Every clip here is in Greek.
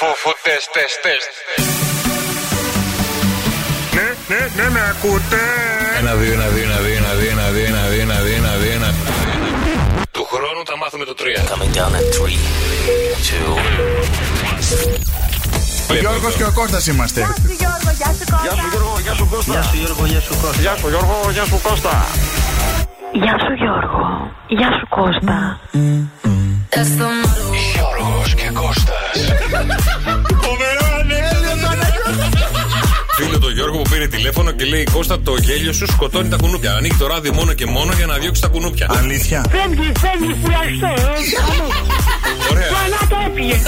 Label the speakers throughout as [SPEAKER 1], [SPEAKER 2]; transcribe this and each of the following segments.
[SPEAKER 1] φούφου, τεστ, τεστ, τεστ.
[SPEAKER 2] Ναι, ναι, ναι, με ακούτε.
[SPEAKER 3] Ένα, δύο, ένα, δύο, ένα, δύο, ένα, δύο, ένα, δύο, ένα, δύο, ένα, δύο, ένα, δύο, ένα. Του χρόνου τα μάθουμε το 3.
[SPEAKER 4] Coming down at three, two,
[SPEAKER 5] Ο Γιώργο και ο Κώστας είμαστε.
[SPEAKER 6] Γεια σου Γιώργο, γεια σου Κώστα.
[SPEAKER 7] Γιώργο, γεια σου Κώστα. Γεια σου Γιώργο, γεια σου Κώστα. Γεια σου Γιώργο, γεια σου Κώστα.
[SPEAKER 8] Γεια σου Γιώργο. Γεια σου Κώστα.
[SPEAKER 3] Γιώργος και Κώστας. Φίλο το Γιώργο που πήρε τηλέφωνο και λέει Κώστα το γέλιο σου σκοτώνει τα κουνούπια. Ανοίγει το ράδι μόνο και μόνο για να διώξει τα κουνούπια.
[SPEAKER 5] Αλήθεια.
[SPEAKER 6] Φεύγει, φεύγει, φυλαχτό.
[SPEAKER 3] Ωραία.
[SPEAKER 6] Καλά το έπιες.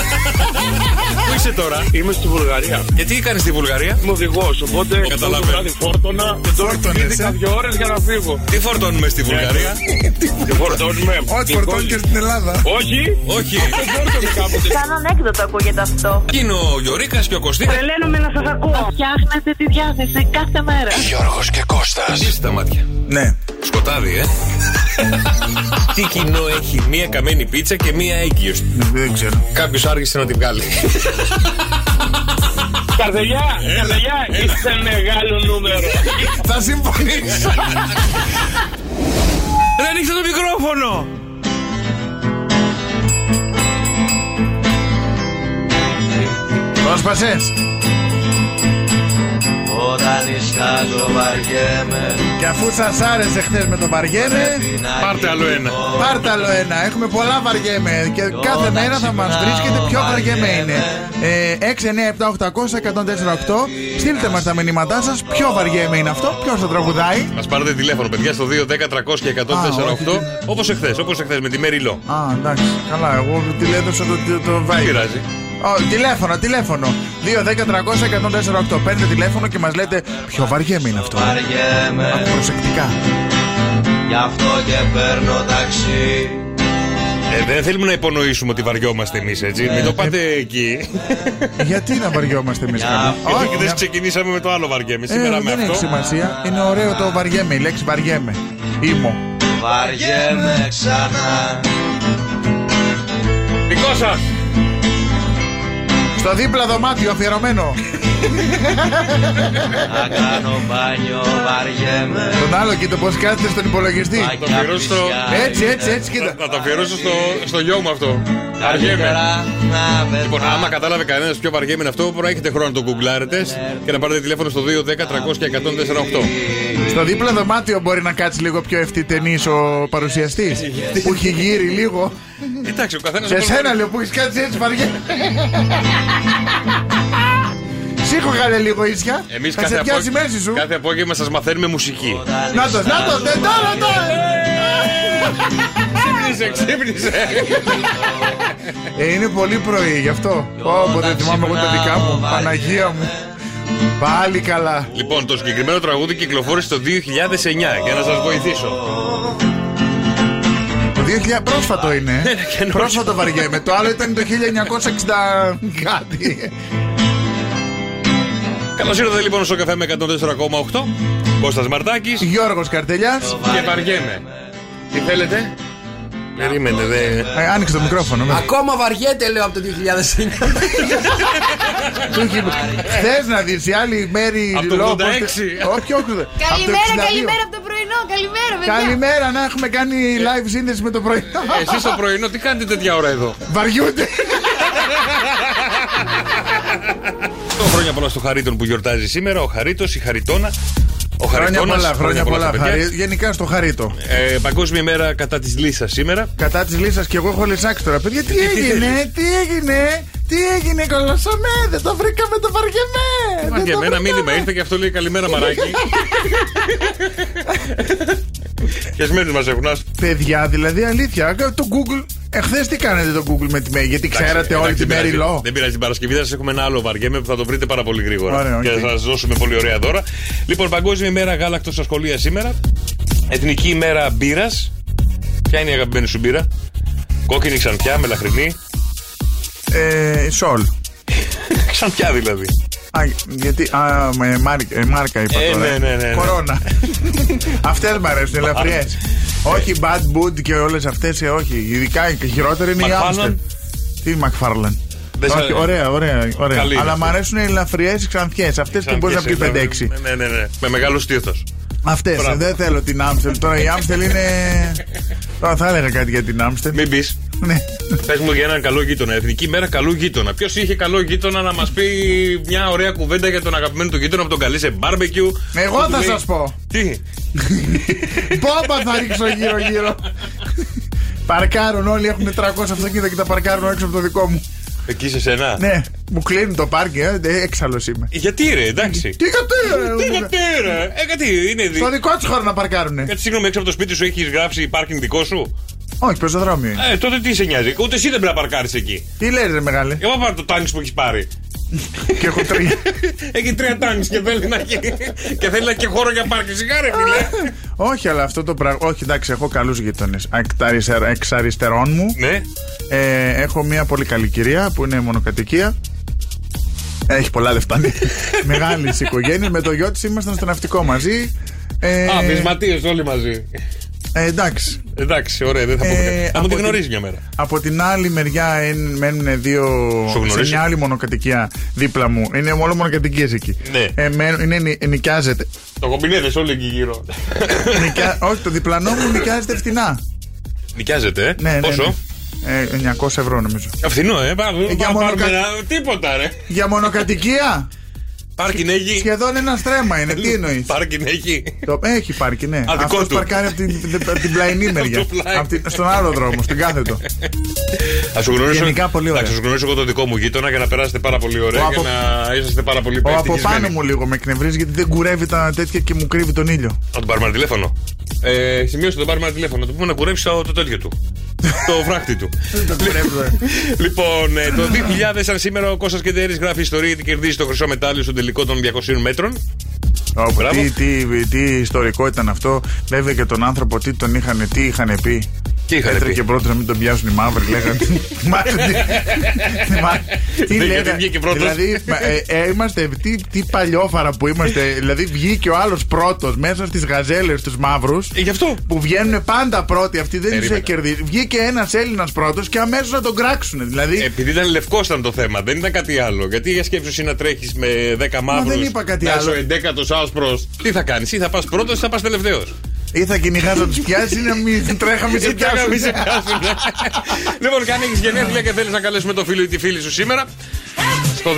[SPEAKER 3] Πού είσαι τώρα,
[SPEAKER 7] Είμαι στη Βουλγαρία.
[SPEAKER 3] γιατί κάνεις στη Βουλγαρία.
[SPEAKER 7] Είμαι οδηγός, οπότε
[SPEAKER 3] Καταλαβαίνω.
[SPEAKER 7] το βράδυ φόρτωνα. Και τώρα
[SPEAKER 5] Φόρτωνες, ε.
[SPEAKER 7] κοιμήθηκα δύο ώρες για να φύγω.
[SPEAKER 3] Τι φορτώνουμε στη Βουλγαρία.
[SPEAKER 7] Και φορτώνουμε.
[SPEAKER 5] Ό,τι φορτώνεις και στην Ελλάδα.
[SPEAKER 7] Όχι,
[SPEAKER 3] Όχι.
[SPEAKER 7] δεν φόρτωνε κάποτε.
[SPEAKER 8] Σαν ανέκδοτο ακούγεται αυτό.
[SPEAKER 3] Είναι ο Γιωρίκας και ο Κωστής.
[SPEAKER 6] Τρελαίνομαι να σας ακούω.
[SPEAKER 8] Φτιάχνετε τη διάθεση κάθε μέρα.
[SPEAKER 3] Γιώργος και Κώστας. Κλείστε τα μάτια.
[SPEAKER 5] Ναι.
[SPEAKER 3] Σκοτάδι, ε. Τι κοινό έχει μία καμένη πίτσα και μία έγκυος.
[SPEAKER 5] Δεν ξέρω.
[SPEAKER 3] Κάποιος άργησε να τη βγάλει.
[SPEAKER 7] Καρδελιά, καρδελιά, είστε μεγάλο νούμερο.
[SPEAKER 5] Θα συμφωνήσω.
[SPEAKER 3] Ρε ανοίξε το μικρόφωνο!
[SPEAKER 5] Πρόσπασε.
[SPEAKER 9] Όταν ιστάζω βαριέμαι
[SPEAKER 5] Και αφού σας άρεσε χθες με τον Βαριέμαι,
[SPEAKER 9] να
[SPEAKER 3] Πάρτε άλλο ένα.
[SPEAKER 5] πάρτε άλλο ένα. Έχουμε πολλά Βαριέμαι. Και κάθε μέρα θα μας βρίσκεται ποιο Βαριέμαι είναι. Ε, 6, 9, 7, 800, 104, 8. Στείλτε μας τα μηνύματά σας. Ποιο Βαριέμαι είναι αυτό, ποιος το τραγουδάει.
[SPEAKER 3] Μας πάρετε τηλέφωνο, παιδιά, στο 2 10 300 και 148.
[SPEAKER 5] Α, όχι.
[SPEAKER 3] Όπως εχθές, όπως εχθές με τη Μεριλό.
[SPEAKER 5] Α, εντάξει. Καλά, εγώ τη έδωσα το, το, το
[SPEAKER 3] Δεν
[SPEAKER 5] vibe.
[SPEAKER 3] πειράζει.
[SPEAKER 5] Ω, τηλέφωνο, τηλέφωνο. 2, 10, 300, 104, 8. Παίρνετε τηλέφωνο και μας λέτε ποιο βαριέμαι είναι αυτό.
[SPEAKER 9] βαριέμαι
[SPEAKER 5] Α, Προσεκτικά.
[SPEAKER 9] Γι' αυτό και παίρνω ταξί
[SPEAKER 3] Ε, δεν θέλουμε να υπονοήσουμε ότι βαριόμαστε εμείς, έτσι. Μην το πάτε εκεί.
[SPEAKER 5] Γιατί να βαριόμαστε εμείς
[SPEAKER 9] Για
[SPEAKER 5] κάτι.
[SPEAKER 3] Γιατί
[SPEAKER 5] μια-
[SPEAKER 3] δεν ξεκινήσαμε με το άλλο βαριέμαι.
[SPEAKER 5] ε,
[SPEAKER 3] Σήμερα με
[SPEAKER 5] δεν έχει
[SPEAKER 3] αυτό.
[SPEAKER 5] σημασία. Είναι ωραίο το βαριέμαι, η λέξη βαριέμαι. Ήμω.
[SPEAKER 9] Βαριέμαι ξανά
[SPEAKER 7] Δικό σας.
[SPEAKER 5] Στο δίπλα δωμάτιο αφιερωμένο.
[SPEAKER 9] Να κάνω μπάνιο βαριέμαι
[SPEAKER 5] Τον άλλο κοίτα πώς κάθεται στον υπολογιστή.
[SPEAKER 9] Πάκια
[SPEAKER 3] πληρώσω στο-
[SPEAKER 9] πλησιά
[SPEAKER 5] Έτσι, έτσι, έτσι, κοίτα.
[SPEAKER 3] Θα το αφιερώσω στο, στο γιο μου αυτό. Βαριέμαι.
[SPEAKER 9] Καλύτερα να
[SPEAKER 3] Λοιπόν,
[SPEAKER 9] πετά
[SPEAKER 3] άμα κατάλαβε κανένας ποιο βαριέμαι είναι αυτό, μπορεί έχετε χρόνο να το γκουγκλάρετε
[SPEAKER 5] Ναι,
[SPEAKER 3] και να πάρετε τηλέφωνο στο 2 10 300 και 148.
[SPEAKER 5] Στο δίπλα δωμάτιο μπορεί να κάτσει λίγο πιο ευθυτενής ο παρουσιαστής. που έχει γύρει λίγο.
[SPEAKER 3] Εντάξει, ο καθένας.
[SPEAKER 5] Σε σένα λέω που έχεις κάτσει έτσι βαριέμαι. Σήκω καλέ λίγο ίσια.
[SPEAKER 3] Εμείς
[SPEAKER 5] Θα σε
[SPEAKER 3] κάθε,
[SPEAKER 5] πιάσει η
[SPEAKER 3] απόγευμα-
[SPEAKER 5] μέση σου.
[SPEAKER 3] κάθε απόγευμα σας μαθαίνουμε μουσική.
[SPEAKER 5] Να το, να το, δεν τώρα,
[SPEAKER 3] Ξύπνησε, ξύπνησε.
[SPEAKER 5] Ε, είναι πολύ πρωί, γι' αυτό. Όπω δεν θυμάμαι εγώ τα δικά μου. Παναγία μου. Πάλι καλά.
[SPEAKER 3] Λοιπόν, το συγκεκριμένο τραγούδι κυκλοφόρησε το 2009 για να σας βοηθήσω.
[SPEAKER 5] Το 2000 πρόσφατο είναι. ε.
[SPEAKER 3] καινούριο.
[SPEAKER 5] πρόσφατο βαριέμαι. Το άλλο ήταν το 1960 κάτι.
[SPEAKER 3] Καλώς ήρθατε λοιπόν στο καφέ με 104,8. Κώστας Μαρτάκης
[SPEAKER 5] Γιώργος Καρτελιάς.
[SPEAKER 3] και βαριέμαι. Τι θέλετε, Περίμενε, δε.
[SPEAKER 5] Ε, άνοιξε το μικρόφωνο. ναι.
[SPEAKER 10] Ακόμα βαριέται, λέω, από το 2009.
[SPEAKER 5] Του έχει- Χθες να δεις η άλλη μέρη
[SPEAKER 3] Από το
[SPEAKER 5] λόγω-
[SPEAKER 3] 86.
[SPEAKER 5] Όχι, όχι. από το
[SPEAKER 6] Καλημέρα,
[SPEAKER 5] 62.
[SPEAKER 6] καλημέρα από το πρωινό, καλημέρα παιδιά.
[SPEAKER 5] Καλημέρα, να έχουμε κάνει
[SPEAKER 3] Ε.
[SPEAKER 5] live σύνδεση με το πρωί.
[SPEAKER 3] Εσείς το πρωινό, τι κάνετε τέτοια ώρα εδώ.
[SPEAKER 5] Βαριούνται.
[SPEAKER 3] Το χρόνια πολλά στο Χαρίτον που γιορτάζει σήμερα, ο Χαρίτος, η Χαριτόνα. Ο
[SPEAKER 5] Χρόνια
[SPEAKER 3] Χαριτώνας,
[SPEAKER 5] πολλά, χρόνια πολλά.
[SPEAKER 3] στα παιδιά.
[SPEAKER 5] Χαρί- Γενικά στο χαρίτο.
[SPEAKER 3] Ε, παγκόσμια μέρα κατά της λύσα σήμερα.
[SPEAKER 5] Κατά της λύσα και εγώ έχω λυσάξει τώρα. Παιδιά, τι έγινε, τι έγινε, τι έγινε, κολοσσαμέ, δεν το βρήκαμε, το βαριεμέ. δεν
[SPEAKER 3] Μάτια
[SPEAKER 5] το
[SPEAKER 3] με ένα
[SPEAKER 5] βρήκαμε.
[SPEAKER 3] μήνυμα ήρθε και αυτό λέει καλημέρα μαράκι. Και σμένους μας έχουν άστο.
[SPEAKER 5] Παιδιά, δηλαδή αλήθεια, το Google. Εχθές τι κάνετε το Google με τη Μέρι, γιατί ξέρατε
[SPEAKER 3] Εντάξει,
[SPEAKER 5] όλη τη
[SPEAKER 3] δεν πειράζει.
[SPEAKER 5] Μέρι Λό.
[SPEAKER 3] Δεν πειράζει την Παρασκευή, θα σας έχουμε ένα άλλο βαριέμαι που θα το βρείτε πάρα πολύ γρήγορα.
[SPEAKER 5] Ωραία,
[SPEAKER 3] Και
[SPEAKER 5] οκ.
[SPEAKER 3] θα σας δώσουμε πολύ ωραία δώρα. Λοιπόν, Παγκόσμια ημέρα γάλακτος στα σχολεία σήμερα. Εθνική ημέρα μπύρας. Ποια είναι η αγαπημένη σου μπύρα. Κόκκινη ξανθιά, μελαχρινή. Ναι.
[SPEAKER 5] Ε, Σολ.
[SPEAKER 3] Ξανθιά δηλαδή.
[SPEAKER 5] Α, γιατί. Α, με μάρκα, ε, μάρκα είπα
[SPEAKER 3] Ε,
[SPEAKER 5] τώρα.
[SPEAKER 3] ναι, ναι, ναι, ναι.
[SPEAKER 5] Κορώνα. Αυτές μ' αρέσουν, ελαφριές.
[SPEAKER 3] Ε.
[SPEAKER 5] όχι Bad Boot και όλες αυτές, όχι. ε, Ειδικά η χειρότερη είναι η
[SPEAKER 3] Μακφάρλαν.
[SPEAKER 5] Άμστερ. Τι Μακφάρλαν.
[SPEAKER 3] Δεν
[SPEAKER 5] Όχι,
[SPEAKER 3] σα-
[SPEAKER 5] ωραία, ωραία. ωραία.
[SPEAKER 3] Καλή είναι
[SPEAKER 5] Αλλά
[SPEAKER 3] αυτή.
[SPEAKER 5] μου αρέσουν οι ελαφριές ξανθιές. Αυτές που μπορείς να πεις 5-6.
[SPEAKER 3] Ναι, ναι, ναι, ναι. Με μεγάλο στήθος.
[SPEAKER 5] Αυτές.
[SPEAKER 3] Μπράβο.
[SPEAKER 5] Δεν θέλω την Άμστελ. Τώρα η Άμστελ είναι. Τώρα θα έλεγα κάτι για την Άμστελ.
[SPEAKER 3] Μην πεις.
[SPEAKER 5] Ναι.
[SPEAKER 3] Πες μου για έναν καλό γείτονα. Εθνική μέρα καλού γείτονα. Ποιος είχε καλό γείτονα να μας πει μια ωραία κουβέντα για τον αγαπημένο του γείτονα που τον καλεί σε μπάρμπεκιου.
[SPEAKER 5] Ναι, Εγώ
[SPEAKER 3] Που του
[SPEAKER 5] θα
[SPEAKER 3] λέει,
[SPEAKER 5] σας πω.
[SPEAKER 3] Τι.
[SPEAKER 5] Πόμπα θα ρίξω γύρω-γύρω. Παρκάρουν όλοι, έχουν 300 αυτοκίνητα και τα παρκάρουν έξω από το δικό μου.
[SPEAKER 3] Εκεί σε σένα.
[SPEAKER 5] Ναι, μου κλείνουν το πάρκι, ε, έξαλλος είμαι.
[SPEAKER 3] Γιατί ρε, εντάξει.
[SPEAKER 5] Τι κατέ,
[SPEAKER 3] Τι γιατί ρε. Ε, γιατί είναι. δι-
[SPEAKER 5] Στο δικό τους χώρο να παρκάρουνε.
[SPEAKER 3] Κάτι συγγνώμη, έξω από το σπίτι σου έχεις γράψει πάρκινγκ δικό σου.
[SPEAKER 5] Όχι, πεζοδρόμιο. είναι.
[SPEAKER 3] Ε, τότε τι σε νοιάζει. Ούτε εσύ δεν πρέπει να παρκάρεις εκεί.
[SPEAKER 5] Τι λες ρε μεγάλε.
[SPEAKER 3] Εγώ πάρω το τάγκ που έχεις πάρει.
[SPEAKER 5] Και έχω τρία.
[SPEAKER 3] Έχει τρία τάγκ και θέλει να έχει. και θέλει να έχει και χώρο για πάρκινγκ. Σιγά ρε, φίλε.
[SPEAKER 5] Όχι, αλλά αυτό το πράγμα. Όχι, εντάξει, έχω καλούς γείτονες. Εξ αριστερών μου
[SPEAKER 3] ναι.
[SPEAKER 5] ε, έχω μια πολύ καλή κυρία που είναι μονοκατοικία. Έχει πολλά λεφτά. Μεγάλης οικογένειας. Με το γιο της ήμασταν στο ναυτικό μαζί. Ε,
[SPEAKER 3] Α, βυσματίε όλοι μαζί.
[SPEAKER 5] ε, εντάξει.
[SPEAKER 3] Εντάξει, ωραία, δεν θα πούμε
[SPEAKER 5] Ε,
[SPEAKER 3] κάτι. Θα
[SPEAKER 5] από
[SPEAKER 3] μου τη
[SPEAKER 5] την-
[SPEAKER 3] γνωρίζεις μια μέρα.
[SPEAKER 5] Από την άλλη μεριά εν- μένουν δύο.
[SPEAKER 3] Σου γνωρίζει?
[SPEAKER 5] Σε μια άλλη μονοκατοικία δίπλα μου. Είναι όλο μονοκατοικίες εκεί.
[SPEAKER 3] Ναι.
[SPEAKER 5] Ε, μένουν- είναι, νι- νοικιάζεται.
[SPEAKER 3] Το κομπινέδε όλοι εκεί γύρω.
[SPEAKER 5] Νοικιά- όχι, το διπλανό μου νοικιάζεται φτηνά.
[SPEAKER 3] Νοικιάζεται, ε.
[SPEAKER 5] Ναι, ναι,
[SPEAKER 3] Πόσο.
[SPEAKER 5] ναι. Ε, 900 ευρώ νομίζω.
[SPEAKER 3] Αυθινό, ε. Πάμε
[SPEAKER 5] για
[SPEAKER 3] να
[SPEAKER 5] μόνο
[SPEAKER 3] πάρουμε
[SPEAKER 5] κα-
[SPEAKER 3] ένα. Τίποτα, ρε.
[SPEAKER 5] Για μονοκατοικία!
[SPEAKER 3] Πάρκιν έχει.
[SPEAKER 5] Σχεδόν ένα στρέμμα είναι, τι εννοεί.
[SPEAKER 3] Πάρκιν έχει.
[SPEAKER 5] Το, έχει πάρκι, ναι.
[SPEAKER 3] Α, δικό
[SPEAKER 5] Αυτός
[SPEAKER 3] του.
[SPEAKER 5] παρκάρει από την, απ' την πλαϊνή μεριά.
[SPEAKER 3] το πλάι.
[SPEAKER 5] Απ' την- στον άλλο δρόμο, στην κάθετο.
[SPEAKER 3] Θα σου γνωρίσω.
[SPEAKER 5] Γενικά πολύ ωραία.
[SPEAKER 3] Θα σου γνωρίσω εγώ το δικό μου γείτονα για να περάσετε πάρα πολύ ωραία
[SPEAKER 5] Ο
[SPEAKER 3] και
[SPEAKER 5] από-
[SPEAKER 3] να είσαστε πάρα πολύ
[SPEAKER 5] Ο από
[SPEAKER 3] ευτυχισμένοι.
[SPEAKER 5] πάνω μου λίγο με εκνευρίζει γιατί δεν κουρεύει τα τέτοια και μου κρύβει τον ήλιο.
[SPEAKER 3] Να τον πάρουμε ένα τηλέφωνο. Ε, σημείωσε να τον πάρουμε ένα τηλέφωνο. Να του πούμε να κουρέψει το, το τέτοιο του. το φράχτη του.
[SPEAKER 5] ε.
[SPEAKER 3] λοιπόν, ε, το 2000, αν σήμερα ο Κώστας Κεντέρης γράφει ιστορία και κερδίζει το χρυσό μετάλλιο στον τελικό των 200 μέτρων.
[SPEAKER 5] Όπου,
[SPEAKER 3] Μπράβο.
[SPEAKER 5] τι, τι, τι ιστορικό ήταν αυτό. Βέβαια και τον άνθρωπο τι τον είχαν, τι είχαν πει.
[SPEAKER 3] Τι είχανε
[SPEAKER 5] Έτρεχε
[SPEAKER 3] πει?
[SPEAKER 5] πρώτο να μην τον πιάσουν οι μαύροι, λέγανε. Θυμάστε τι- θυμάστε τι
[SPEAKER 3] γιατί
[SPEAKER 5] λέγανε.
[SPEAKER 3] βγήκε πρώτος.
[SPEAKER 5] Δηλαδή, μα, ε, ε, είμαστε, τι, τι παλιόφαρα που είμαστε. Δηλαδή, βγήκε ο άλλος πρώτος μέσα στις γαζέλες τους μαύρους.
[SPEAKER 3] Ε, γι' αυτό.
[SPEAKER 5] Που βγαίνουν πάντα πρώτοι, αυτοί δεν τους
[SPEAKER 3] Περίμενε.
[SPEAKER 5] κερδίσει. Βγήκε ένας Έλληνας πρώτος και αμέσως να τον κράξουν. Δηλαδή,
[SPEAKER 3] Επειδή ήταν λευκός ήταν το θέμα, δεν ήταν κάτι άλλο. Γιατί για σκέψου εσύ να τρέχεις με 10 μαύρου.
[SPEAKER 5] δεν είπα κάτι άλλο.
[SPEAKER 3] Ο 11ο άσπρος. Τι θα κάνεις, ή θα πας πρώτος ή θα πας τελευταίος.
[SPEAKER 5] ή θα κυνηγάς να τους πιάσεις ή να μην τρέχαμε σε πιάσουν.
[SPEAKER 3] Λοιπόν, και αν έχεις γενέθλια και θέλεις να καλέσουμε το φίλο ή τη φίλη σου σήμερα. Στο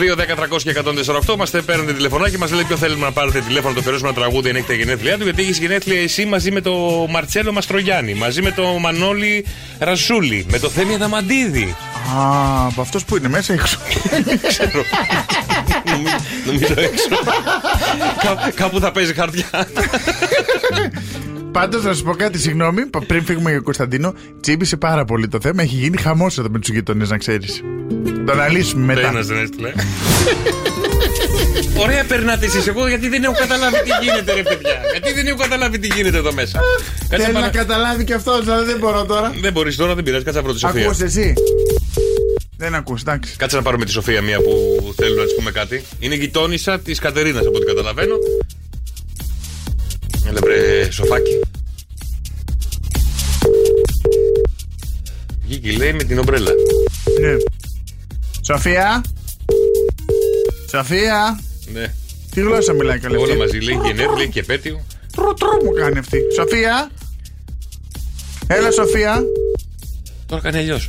[SPEAKER 3] 2-10-300-1048 μα παίρνετε τηλεφωνάκι, μα λέει ποιο θέλουμε να πάρετε τηλέφωνο, το φερέσουμε ένα τραγούδι αν έχετε γενέθλιά του. Γιατί έχεις γενέθλια εσύ μαζί με το Μαρτσέλο Μαστρογιάννη, μαζί με το Μανώλη Ρασούλη, με το Θέμη Αδαμαντίδη.
[SPEAKER 5] Α, από αυτό που είναι μέσα έξω.
[SPEAKER 3] Νομι- Νομίζω έξω. Κά- Κάπου θα παίζει χαρτιά.
[SPEAKER 5] Πάντως, να σα πω κάτι, συγγνώμη, πα- πριν φύγουμε για Κωνσταντίνο, τσίμπησε πάρα πολύ το θέμα. Έχει γίνει χαμός εδώ με τους γείτονε, να ξέρεις. Το αναλύσουμε μετά.
[SPEAKER 3] Ένα δεν έστειλε. Ωραία περνάτε εσείς εγώ γιατί δεν έχω καταλάβει τι γίνεται ρε παιδιά. Γιατί δεν έχω καταλάβει τι γίνεται εδώ μέσα. Κάτσε
[SPEAKER 5] Θέλει
[SPEAKER 3] πάνω-
[SPEAKER 5] να καταλάβει και αυτός, αλλά δεν μπορώ τώρα.
[SPEAKER 3] Δεν μπορείς τώρα, δεν πειράζει, κάτσε να βρω τη Σοφία.
[SPEAKER 5] Ακούς εσύ. Δεν ακούς, εντάξει.
[SPEAKER 3] Κάτσε να πάρουμε τη Σοφία μία που θέλω να της πούμε κάτι. Είναι γειτόνισσα της Κατερίνας από ό,τι καταλαβαίνω. Έλα βρε Σοφάκι. Βγήκε λέει με την ομπρέλα.
[SPEAKER 5] Ναι. Σοφία. Σοφία.
[SPEAKER 3] Ναι.
[SPEAKER 5] Τι γλώσσα μιλάει καλά
[SPEAKER 3] Όλα
[SPEAKER 5] αυτή.
[SPEAKER 3] μαζί λέει γενέθλια και επέτειο.
[SPEAKER 5] Τρου, τρου μου κάνει αυτή. Σοφία. Έλα, Σοφία.
[SPEAKER 3] Τώρα κάνει αλλιώς.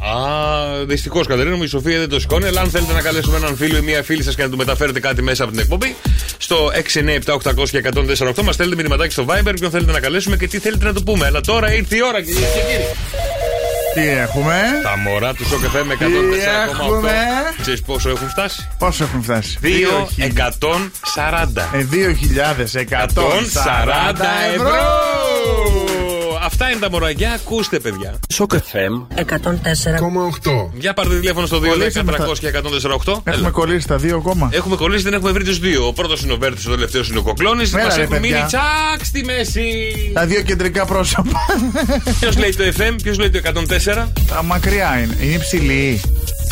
[SPEAKER 3] Α, δυστυχώς Κατερίνα μου, η Σοφία δεν το σηκώνει. Αλλά αν θέλετε να καλέσουμε έναν φίλο ή μία φίλη σας και να του μεταφέρετε κάτι μέσα από την εκπομπή, στο 697-800 και 148 μας στέλνετε μηνυματάκι στο Viber ποιον θέλετε να καλέσουμε και τι θέλετε να του πούμε. Αλλά τώρα ήρθε η ώρα, κυρίες και κύριοι.
[SPEAKER 5] Τι έχουμε.
[SPEAKER 3] Τα μωρά του Σοκ FM 104,8.
[SPEAKER 5] έχουμε.
[SPEAKER 3] Ξέρεις πόσο έχουν φτάσει.
[SPEAKER 5] Πόσο έχουν φτάσει.
[SPEAKER 3] 2.140.
[SPEAKER 5] Ε, 2.140 ευρώ.
[SPEAKER 3] Αυτά είναι τα μωραγιά. Ακούστε, παιδιά. Για πάρτε τηλέφωνο στο 210 και 148.
[SPEAKER 5] Έχουμε κολλήσει τα δύο ακόμα.
[SPEAKER 3] Έχουμε κολλήσει, δεν έχουμε βρει τους δύο. Ο πρώτος είναι ο Βέρτη, ο τελευταίος είναι ο Κοκλώνης. Μα
[SPEAKER 5] Μέρα, ρε,
[SPEAKER 3] έχουν
[SPEAKER 5] παιδιά.
[SPEAKER 3] μείνει τσακ στη μέση.
[SPEAKER 5] Τα δύο κεντρικά πρόσωπα.
[SPEAKER 3] ποιος λέει το FM, ποιος λέει το 104.
[SPEAKER 5] τα μακριά είναι. Είναι υψηλή.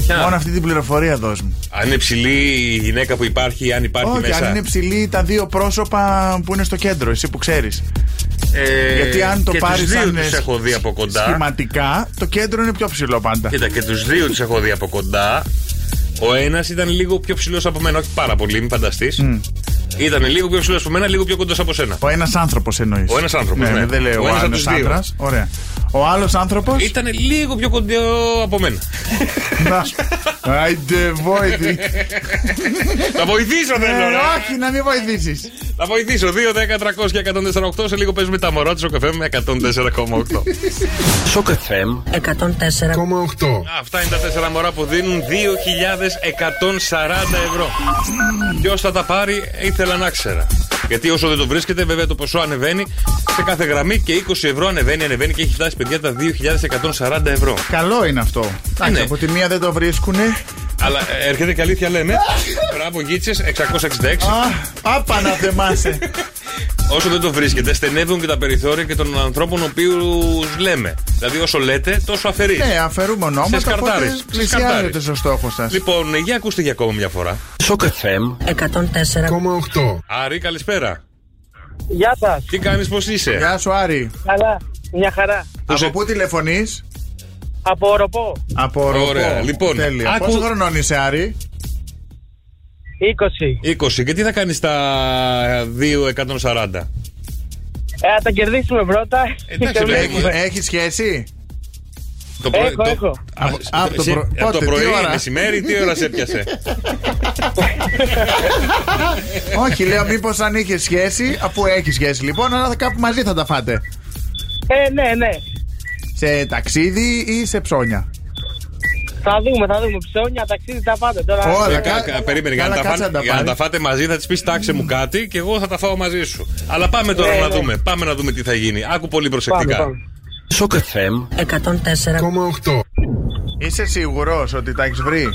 [SPEAKER 3] Ποια?
[SPEAKER 5] Μόνο αυτή την πληροφορία δώσ' μου.
[SPEAKER 3] Αν είναι ψηλή η γυναίκα που υπάρχει, αν υπάρχει
[SPEAKER 5] Όχι,
[SPEAKER 3] μέσα.
[SPEAKER 5] αν είναι ψηλή τα δύο πρόσωπα που είναι στο κέντρο, εσύ που ξέρεις.
[SPEAKER 3] Ε,
[SPEAKER 5] Γιατί αν το
[SPEAKER 3] και
[SPEAKER 5] πάρει
[SPEAKER 3] τους δύο
[SPEAKER 5] σαν
[SPEAKER 3] τους
[SPEAKER 5] ε,
[SPEAKER 3] έχω δει από κοντά.
[SPEAKER 5] σχηματικά, το κέντρο είναι πιο ψηλό πάντα.
[SPEAKER 3] Κοίτα, και τους δύο τους έχω δει από κοντά. Ο ένας ήταν λίγο πιο ψηλός από μένα, όχι πάρα πολύ, μην φανταστείς. Ήταν λίγο πιο ψηλός από μένα, λίγο πιο κοντός από σένα.
[SPEAKER 5] Ο ένας άνθρωπος εννοείς.
[SPEAKER 3] Ο ένας άνθρωπος,
[SPEAKER 5] Ναι,
[SPEAKER 3] ναι.
[SPEAKER 5] Δεν λέω
[SPEAKER 3] Ο
[SPEAKER 5] ο
[SPEAKER 3] ένας από
[SPEAKER 5] άλλος
[SPEAKER 3] τους δύο.
[SPEAKER 5] άντρας. Ωραία. Ο άλλος άνθρωπος.
[SPEAKER 3] Ήταν λίγο πιο κοντό από μένα.
[SPEAKER 5] Να. Άιντε, βοηθή.
[SPEAKER 3] Θα βοηθήσω,
[SPEAKER 5] Ε,
[SPEAKER 3] θέλω, ρε.
[SPEAKER 5] Όχι, να μην βοηθήσεις.
[SPEAKER 3] Θα βοηθήσω. 2, 10, 300 και 148. Σε λίγο παίζουμε τα μωρά του Σοκαφέ με 104,8.
[SPEAKER 4] Shock FM
[SPEAKER 8] 104.
[SPEAKER 3] Αυτά είναι τα τέσσερα μωρά που δίνουν 2.140 ευρώ. Ποιος θα τα πάρει, ήθελα να ξέρα. Γιατί όσο δεν το βρίσκεται, βέβαια το ποσό ανεβαίνει σε κάθε γραμμή και 20 ευρώ ανεβαίνει, ανεβαίνει και έχει φτάσει παιδιά τα 2.140 ευρώ.
[SPEAKER 5] Καλό είναι αυτό. Εντάξει,
[SPEAKER 3] Ναι.
[SPEAKER 5] από τη μία δεν το βρίσκουνε.
[SPEAKER 3] Αλλά ε, έρχεται και αλήθεια λέμε. Μπράβο, γίτσες 666.
[SPEAKER 5] Α, Άπα να θεμάσαι.
[SPEAKER 3] Όσο δεν το βρίσκεται, στενεύουν και τα περιθώρια και των ανθρώπων οποίους λέμε. Δηλαδή, όσο λέτε, τόσο αφαιρείς.
[SPEAKER 5] Ναι, αφαιρούμε
[SPEAKER 3] Σε
[SPEAKER 5] ονόματα.
[SPEAKER 3] σκαρτάρεις,
[SPEAKER 5] οπότε
[SPEAKER 3] σε
[SPEAKER 5] Πλησιάζεται
[SPEAKER 3] σκαρτάρεις.
[SPEAKER 5] στο στόχο σας.
[SPEAKER 3] Λοιπόν, για ακούστε για ακόμα μια φορά.
[SPEAKER 4] Shock FM
[SPEAKER 8] 104.
[SPEAKER 3] Άρη, καλησπέρα.
[SPEAKER 7] Γεια σας.
[SPEAKER 3] Τι κάνεις, πώς είσαι.
[SPEAKER 5] Γεια σου, Άρη.
[SPEAKER 7] Καλά. Μια χαρά.
[SPEAKER 3] σε-
[SPEAKER 5] Από πού τηλεφωνείς,
[SPEAKER 7] Από οροπό.
[SPEAKER 5] Από Ροπό.
[SPEAKER 3] Ωραία, λοιπόν,
[SPEAKER 5] Τέλεια.
[SPEAKER 3] άκου-
[SPEAKER 5] Πόσο χρονών είσαι, Άρη.
[SPEAKER 7] 20.
[SPEAKER 3] 20. Και τι θα κάνεις τα 2.140.
[SPEAKER 7] Ε, θα τα κερδίσουμε πρώτα.
[SPEAKER 3] Εντάξει, ρε,
[SPEAKER 5] Έχει,
[SPEAKER 3] μου,
[SPEAKER 5] έχει σχέση.
[SPEAKER 3] Το
[SPEAKER 7] Έχω, έχω.
[SPEAKER 3] Α,
[SPEAKER 5] Από-
[SPEAKER 3] σε-
[SPEAKER 5] από το
[SPEAKER 3] σε-
[SPEAKER 5] προ-
[SPEAKER 3] από το
[SPEAKER 5] πότε, τι
[SPEAKER 3] πρωί,
[SPEAKER 5] ώρα?
[SPEAKER 3] μεσημέρι, τι ώρα σε έπιασε.
[SPEAKER 5] Όχι, λέω μήπως αν είχες σχέση, αφού έχεις σχέση λοιπόν, αλλά κάπου μαζί θα τα φάτε.
[SPEAKER 7] Ε, ναι, ναι.
[SPEAKER 5] Σε ταξίδι ή σε ψώνια.
[SPEAKER 7] Θα δούμε, θα δούμε. Ψώνια, ταξίδι, τα πάντα. Τώρα.
[SPEAKER 5] Όλα.
[SPEAKER 3] Ε, κα-
[SPEAKER 5] κα-
[SPEAKER 3] κα- Περίμενε, για να,
[SPEAKER 5] καλά,
[SPEAKER 3] τα
[SPEAKER 5] κάτσε να
[SPEAKER 3] φάνε,
[SPEAKER 5] τα
[SPEAKER 3] για να
[SPEAKER 5] πάρεις.
[SPEAKER 3] τα φάτε μαζί θα της πεις τάξε μου κάτι και εγώ θα τα φάω μαζί σου. Αλλά πάμε τώρα
[SPEAKER 7] Ναι,
[SPEAKER 3] να
[SPEAKER 7] ναι.
[SPEAKER 3] δούμε. Πάμε να δούμε τι θα γίνει. Άκου πολύ
[SPEAKER 7] Πάμε,
[SPEAKER 3] προσεκτικά.
[SPEAKER 7] πάμε.
[SPEAKER 4] Shock FM
[SPEAKER 8] 104.
[SPEAKER 5] Είσαι σίγουρος ότι τα έχεις βρει.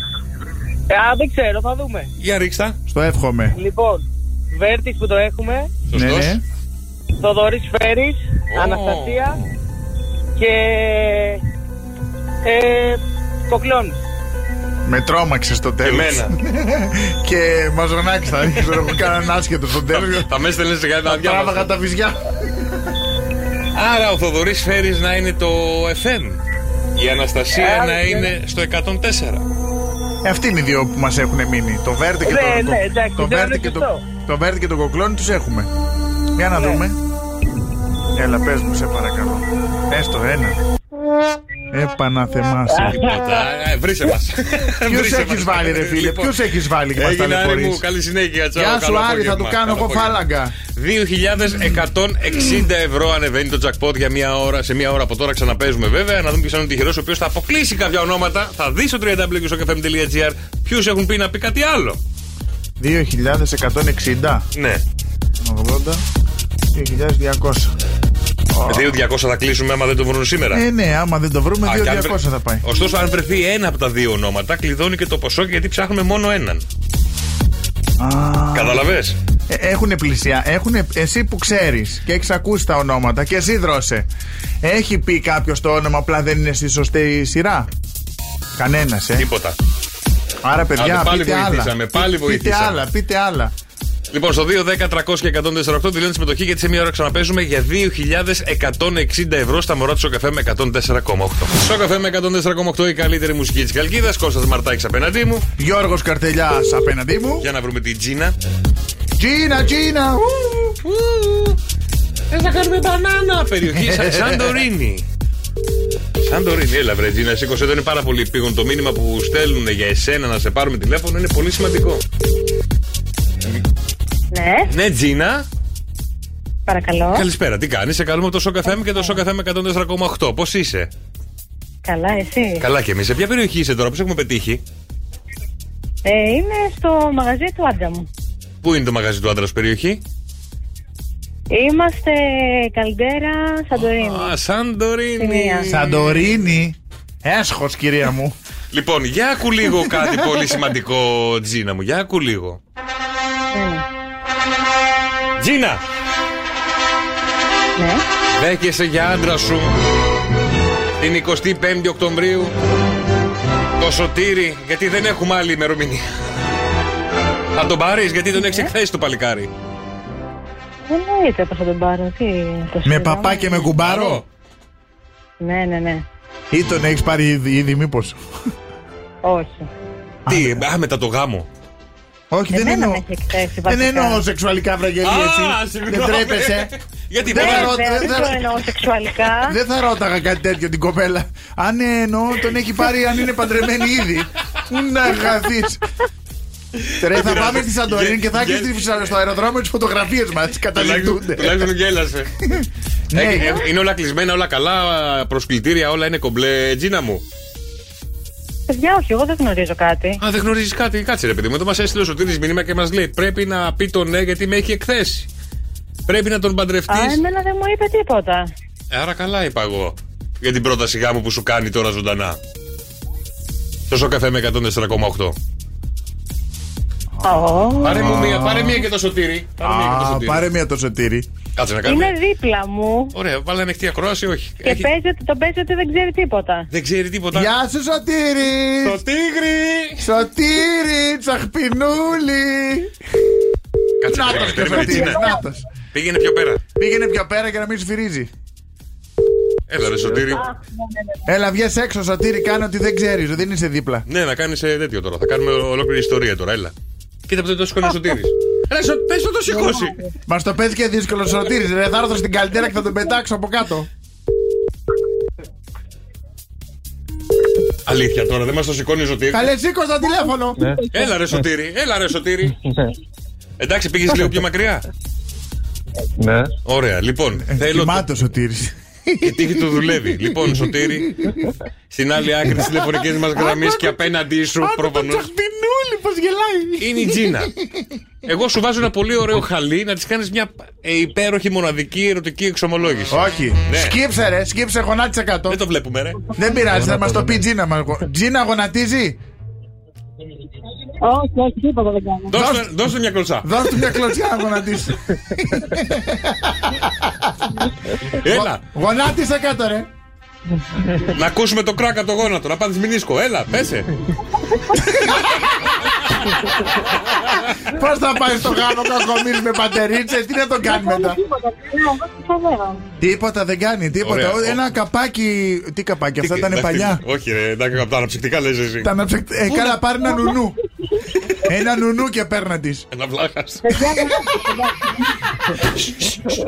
[SPEAKER 7] Ε, α, δεν ξέρω, θα δούμε.
[SPEAKER 3] Για ρίξτα.
[SPEAKER 5] Στο εύχομαι.
[SPEAKER 7] Λοιπόν, Βέρτης που το έχουμε,
[SPEAKER 3] Σωστός.
[SPEAKER 5] Ναι, ναι.
[SPEAKER 7] Θοδωρής Φέρης,
[SPEAKER 3] Ω.
[SPEAKER 7] Αναστασία και. Ε, Κοκλώνη.
[SPEAKER 5] Με τρόμαξε στο τέλος.
[SPEAKER 3] Εμένα.
[SPEAKER 5] Και μαζονάκι θα ρίξω. Έχω κανέναν άσχετο στο τέλος.
[SPEAKER 3] Θα με στέλνε σε κάτι
[SPEAKER 5] Τράβαγα
[SPEAKER 3] αδιάβαστο.
[SPEAKER 5] τα βυζιά.
[SPEAKER 3] Άρα ο Θοδωρής φέρεις να είναι το FM. Η Αναστασία
[SPEAKER 7] Ε,
[SPEAKER 3] να
[SPEAKER 7] ναι.
[SPEAKER 3] είναι στο 104.
[SPEAKER 5] Ε, Αυτοί είναι οι δύο που μας έχουν μείνει. Το Βέρτι και
[SPEAKER 7] Ναι,
[SPEAKER 5] το-
[SPEAKER 7] ναι, εντάξει,
[SPEAKER 5] το
[SPEAKER 7] δεν
[SPEAKER 5] Βέρτι
[SPEAKER 7] είναι
[SPEAKER 5] και το-
[SPEAKER 7] σωστό.
[SPEAKER 5] Το Βέρτι και το Κοκλόνι τους έχουμε. Για
[SPEAKER 3] Ναι.
[SPEAKER 5] να δούμε. Έλα, πες μου, σε παρακαλώ. Έστω ένα. Ε, Επαναθεμάσαι.
[SPEAKER 3] Τίποτα. Ε, Βρίσε μας.
[SPEAKER 5] Ποιους έχει βάλει, ρε φίλε, ποιους έχεις βάλει και μας
[SPEAKER 3] Έγινε Άρη Λοιπόν, μου,
[SPEAKER 5] ταλαιπωρεί.
[SPEAKER 3] καλή συνέχεια. Τσάου,
[SPEAKER 5] Γεια σου,
[SPEAKER 3] καλό
[SPEAKER 5] Άρη, θα του
[SPEAKER 3] απόγευμα.
[SPEAKER 5] κάνω
[SPEAKER 3] Καλό
[SPEAKER 5] εγώ
[SPEAKER 3] απόγευμα.
[SPEAKER 5] φάλαγγα.
[SPEAKER 3] 2.160 ευρώ ανεβαίνει το jackpot για μία ώρα. Σε μία ώρα από τώρα ξαναπέζουμε βέβαια. Να δούμε ποιος θα είναι ο τυχερός ο οποίος θα αποκλείσει κάποια ονόματα. Θα δει στο www.sokfm.gr ποιους έχουν πει να πει κάτι άλλο.
[SPEAKER 5] 2160,
[SPEAKER 3] Ναι.
[SPEAKER 5] 80, 2200.
[SPEAKER 3] 2.200 θα κλείσουμε άμα δεν το βρουν σήμερα.
[SPEAKER 5] Ε, ναι, άμα δεν το βρούμε,
[SPEAKER 3] Α, και αν βρε-
[SPEAKER 5] 2200 θα πάει.
[SPEAKER 3] Ωστόσο, αν βρεθεί ένα από τα δύο ονόματα, κλειδώνει και το ποσό γιατί ψάχνουμε μόνο έναν. Καταλαβέ.
[SPEAKER 5] Έχουν πλησιά. Ε, Έχουνε, εσύ που ξέρεις και έχεις ακούσει τα ονόματα και εσύ δρώσε. Έχει πει κάποιος το όνομα, απλά δεν είναι στη σωστή σειρά. Κανένας, ε.
[SPEAKER 3] Τίποτα.
[SPEAKER 5] Άρα, παιδιά,
[SPEAKER 3] Άντε, πάλι
[SPEAKER 5] πείτε άλλα.
[SPEAKER 3] βοηθήσαμε, πάλι
[SPEAKER 5] Πείτε
[SPEAKER 3] βοηθήσαμε.
[SPEAKER 5] άλλα, πείτε άλλα.
[SPEAKER 3] Λοιπόν, στο 2, 10, 300 και 148 δηλώνει συμμετοχή γιατί σε μία ώρα ξαναπέζουμε για 2.160 ευρώ στα μωρά του Σοκαφέ με 104,8. Σοκαφέ με 104,8 η καλύτερη μουσική της Καλκίδα. Κώστας Μαρτάκης απέναντί μου.
[SPEAKER 5] Γιώργος Καρτελιάς απέναντί μου.
[SPEAKER 3] Για να βρούμε την Τζίνα.
[SPEAKER 5] Τζίνα, Τζίνα. ου.
[SPEAKER 3] Θε να Ε, κάνουμε μπανάνα περιοχή. Σαν Σαντορίνη. Σαντορίνη, έλα βρε Τζίνα, σήκωσε εδώ είναι πάρα πολύ επίγον. Το μήνυμα που στέλνουν για εσένα να σε πάρουμε τηλέφωνο είναι πολύ σημαντικό.
[SPEAKER 8] Ναι,
[SPEAKER 3] Ναι, Τζίνα.
[SPEAKER 8] παρακαλώ.
[SPEAKER 3] Καλησπέρα, τι κάνεις. Σε καλούμε από το Σοκαφέ και το Σοκαφέ με 104,8. Πώς είσαι.
[SPEAKER 8] Καλά, εσύ.
[SPEAKER 3] Καλά και εμείς. Σε ποια περιοχή είσαι τώρα, πώς έχουμε πετύχει.
[SPEAKER 8] Ε, είμαι στο μαγαζί του άντρα μου.
[SPEAKER 3] Πού είναι το μαγαζί του άντρα περιοχή,
[SPEAKER 8] Είμαστε Καλντέρα, Σαντορίνη.
[SPEAKER 3] Α, Σαντορίνη.
[SPEAKER 8] Σημεία.
[SPEAKER 5] Σαντορίνη. Έσχος, κυρία μου.
[SPEAKER 3] Λοιπόν, για ακού λίγο κάτι πολύ σημαντικό, Τζίνα μου. Για ακού λίγο.
[SPEAKER 8] Ναι,
[SPEAKER 3] Τζίνα,
[SPEAKER 8] ναι.
[SPEAKER 3] δέχεσαι για άντρα σου την 25η Οκτωβρίου το σωτήρι, γιατί δεν έχουμε άλλη
[SPEAKER 5] Ναι.
[SPEAKER 3] ημερομηνία. Θα τον πάρεις, γιατί τον έχεις εκθέσει το παλικάρι.
[SPEAKER 1] Εννοείται πως θα τον πάρω. Τι το
[SPEAKER 5] Με
[SPEAKER 1] συζητάμε.
[SPEAKER 5] παπά και με κουμπάρο.
[SPEAKER 1] Ναι, ναι, ναι.
[SPEAKER 5] Ή τον έχεις πάρει ήδη, ήδη μήπως.
[SPEAKER 1] Όχι.
[SPEAKER 3] Τι, α, μετά το γάμο.
[SPEAKER 5] Όχι, δεν
[SPEAKER 1] Εμένα με
[SPEAKER 5] εννοώ.
[SPEAKER 1] έχει εκθέσει
[SPEAKER 5] Δεν
[SPEAKER 1] βασικά.
[SPEAKER 5] Ε, ναι, εννοώ σεξουαλικά βραγγελία
[SPEAKER 3] Α,
[SPEAKER 5] εσύ. Δεν
[SPEAKER 3] συγγνώμη. Ε,
[SPEAKER 5] τρέπεσαι.
[SPEAKER 3] Γιατί
[SPEAKER 5] Δεν
[SPEAKER 3] μπορεί-
[SPEAKER 5] θα ρω-
[SPEAKER 1] Βέβαια,
[SPEAKER 5] δεν
[SPEAKER 1] δεν
[SPEAKER 5] θα
[SPEAKER 1] το
[SPEAKER 5] ρω-
[SPEAKER 1] εννοώ σεξουαλικά.
[SPEAKER 5] Δεν θα ρώταγα κάτι τέτοιο την κοπέλα. Αν ε, εννοώ τον έχει πάρει, αν είναι παντρεμένη ήδη. Πού να χαθεί. Ρε, θα πάμε στη Σαντορίνη και θα
[SPEAKER 3] Γε-
[SPEAKER 5] έχεις στο αεροδρόμιο τις φωτογραφίες μας. Καταληκτούνται.
[SPEAKER 3] Τουλάχιστον γέλασε.
[SPEAKER 5] Ναι.
[SPEAKER 3] Ε, ε, Είναι όλα κλεισμένα, όλα καλά, προσκλητήρια, όλα είναι κομπλέ. Ε, Τζίνα μου.
[SPEAKER 1] Παιδιά, όχι, εγώ δεν γνωρίζω κάτι.
[SPEAKER 3] Α, δεν γνωρίζεις κάτι, κάτσε ρε παιδί μου. Εδώ μας έστειλε ο Σωτήρης μήνυμα και μας λέει: Πρέπει να πει τον ναι, γιατί με έχει εκθέσει. Πρέπει να τον παντρευτείς.
[SPEAKER 1] Α, ναι. εμένα δεν μου είπε τίποτα.
[SPEAKER 3] Άρα καλά είπα εγώ για την πρόταση γάμου που σου κάνει τώρα ζωντανά. Τόσο καφέ με 104,8.
[SPEAKER 1] Ω,
[SPEAKER 3] Πάρε μου μία, πάρε μία και το σωτήρι. Πάρε μία και το
[SPEAKER 5] Α,
[SPEAKER 3] σωτήρι.
[SPEAKER 5] πάρε μία το σωτήρι.
[SPEAKER 3] Κάτσε να κάνουμε.
[SPEAKER 1] Είναι δίπλα μου
[SPEAKER 3] Ωραία, βάλε ανοιχτή ακρόαση, όχι.
[SPEAKER 1] και
[SPEAKER 3] Έχει-
[SPEAKER 1] παίζει ότι τον παίζει ότι δεν ξέρει τίποτα.
[SPEAKER 3] Δεν ξέρει τίποτα.
[SPEAKER 5] Γεια σου, Σωτήρι!
[SPEAKER 3] Το τίγρη!
[SPEAKER 5] Σωτήρι, τσαχπινούλη!
[SPEAKER 3] Κάτσε
[SPEAKER 5] Νάτος
[SPEAKER 3] περίμενε,
[SPEAKER 5] και ο
[SPEAKER 3] περίμενε,
[SPEAKER 5] Σωτήρης,
[SPEAKER 3] Τζίνα.
[SPEAKER 5] νάτος.
[SPEAKER 3] Πήγαινε πιο πέρα.
[SPEAKER 5] Πήγαινε πιο πέρα για να μην σφυρίζει.
[SPEAKER 3] Έλα ρε σωτήρι.
[SPEAKER 5] Έλα, βγες έξω, Σωτήρι, κάνε ότι δεν ξέρεις, δεν είσαι δίπλα.
[SPEAKER 3] Ναι, να κάνεις τέτοιο τώρα. Θα κάνουμε ολόκληρη ιστορία τώρα, έλα. Κοίτα που δεν το σηκώνει ο Σωτήρης. Ρε, σω, πες το το σηκώσει.
[SPEAKER 5] Μα το παίζει και δύσκολο, Σωτήρι. Ρε, θα έρθω στην καλτέρα και θα τον πετάξω από κάτω.
[SPEAKER 3] Αλήθεια τώρα, δεν μας το σηκώνει ο Σωτήρης.
[SPEAKER 5] Καλέ, σήκω στο τηλέφωνο.
[SPEAKER 3] Ναι. Έλα ρε Σωτήρη, έλα ρε Σωτήρη. Εντάξει, πήγες λίγο πιο μακριά.
[SPEAKER 7] Ναι.
[SPEAKER 3] Ωραία, λοιπόν, θέλω το-
[SPEAKER 5] Κοιμάται Ε, ο Σωτήρης.
[SPEAKER 3] η τύχη του δουλεύει. Λοιπόν, Σωτήρη, στην άλλη άκρη της τηλεφωνικής μας γραμμής και απέναντί σου προφανώς
[SPEAKER 5] τσαχπινούλη, πώς γελάει.
[SPEAKER 3] είναι η Τζίνα. Εγώ σου βάζω ένα πολύ ωραίο χαλί να της κάνεις μια ε, υπέροχη μοναδική ερωτική εξομολόγηση.
[SPEAKER 5] Όχι.
[SPEAKER 3] Ναι.
[SPEAKER 5] Σκύψε, ρε, σκύψε, γονάτισε κάτω.
[SPEAKER 3] Δεν το βλέπουμε, ρε.
[SPEAKER 5] Δεν πειράζει, θα μας το πει η Τζίνα. μας. Τζίνα γονατίζει.
[SPEAKER 1] Όχι, όχι, τίποτα δεν κάνω.
[SPEAKER 3] Δώστε, δώστε μια κλωτσά.
[SPEAKER 5] Δώσ' του μια κλωτσιά να γονατίσει.
[SPEAKER 3] Έλα,
[SPEAKER 5] Γονάτισε κάτω, ρε.
[SPEAKER 3] να ακούσουμε το κράκα το γόνατο, να πάθεις μηνίσκο. Έλα, πέσε.
[SPEAKER 5] Πώς θα πάει στο γάμο κακομίρι με πατερίτσε, τι να τον κάνει μετά.
[SPEAKER 1] Τίποτα,
[SPEAKER 5] Τίποτα δεν κάνει, τίποτα.
[SPEAKER 3] Ωραία.
[SPEAKER 5] Ένα καπάκι. Τι καπάκι, αυτά ήταν
[SPEAKER 3] Εντάξει,
[SPEAKER 5] παλιά.
[SPEAKER 3] Όχι, ρε, εντάξει, από τα αναψυκτικά λες εσύ.
[SPEAKER 5] Τα αναψεκ- Ε, Κάνα πάρει ένα νουνού. Ένα νουνού και παίρνα της.
[SPEAKER 3] Ένα βλάχας.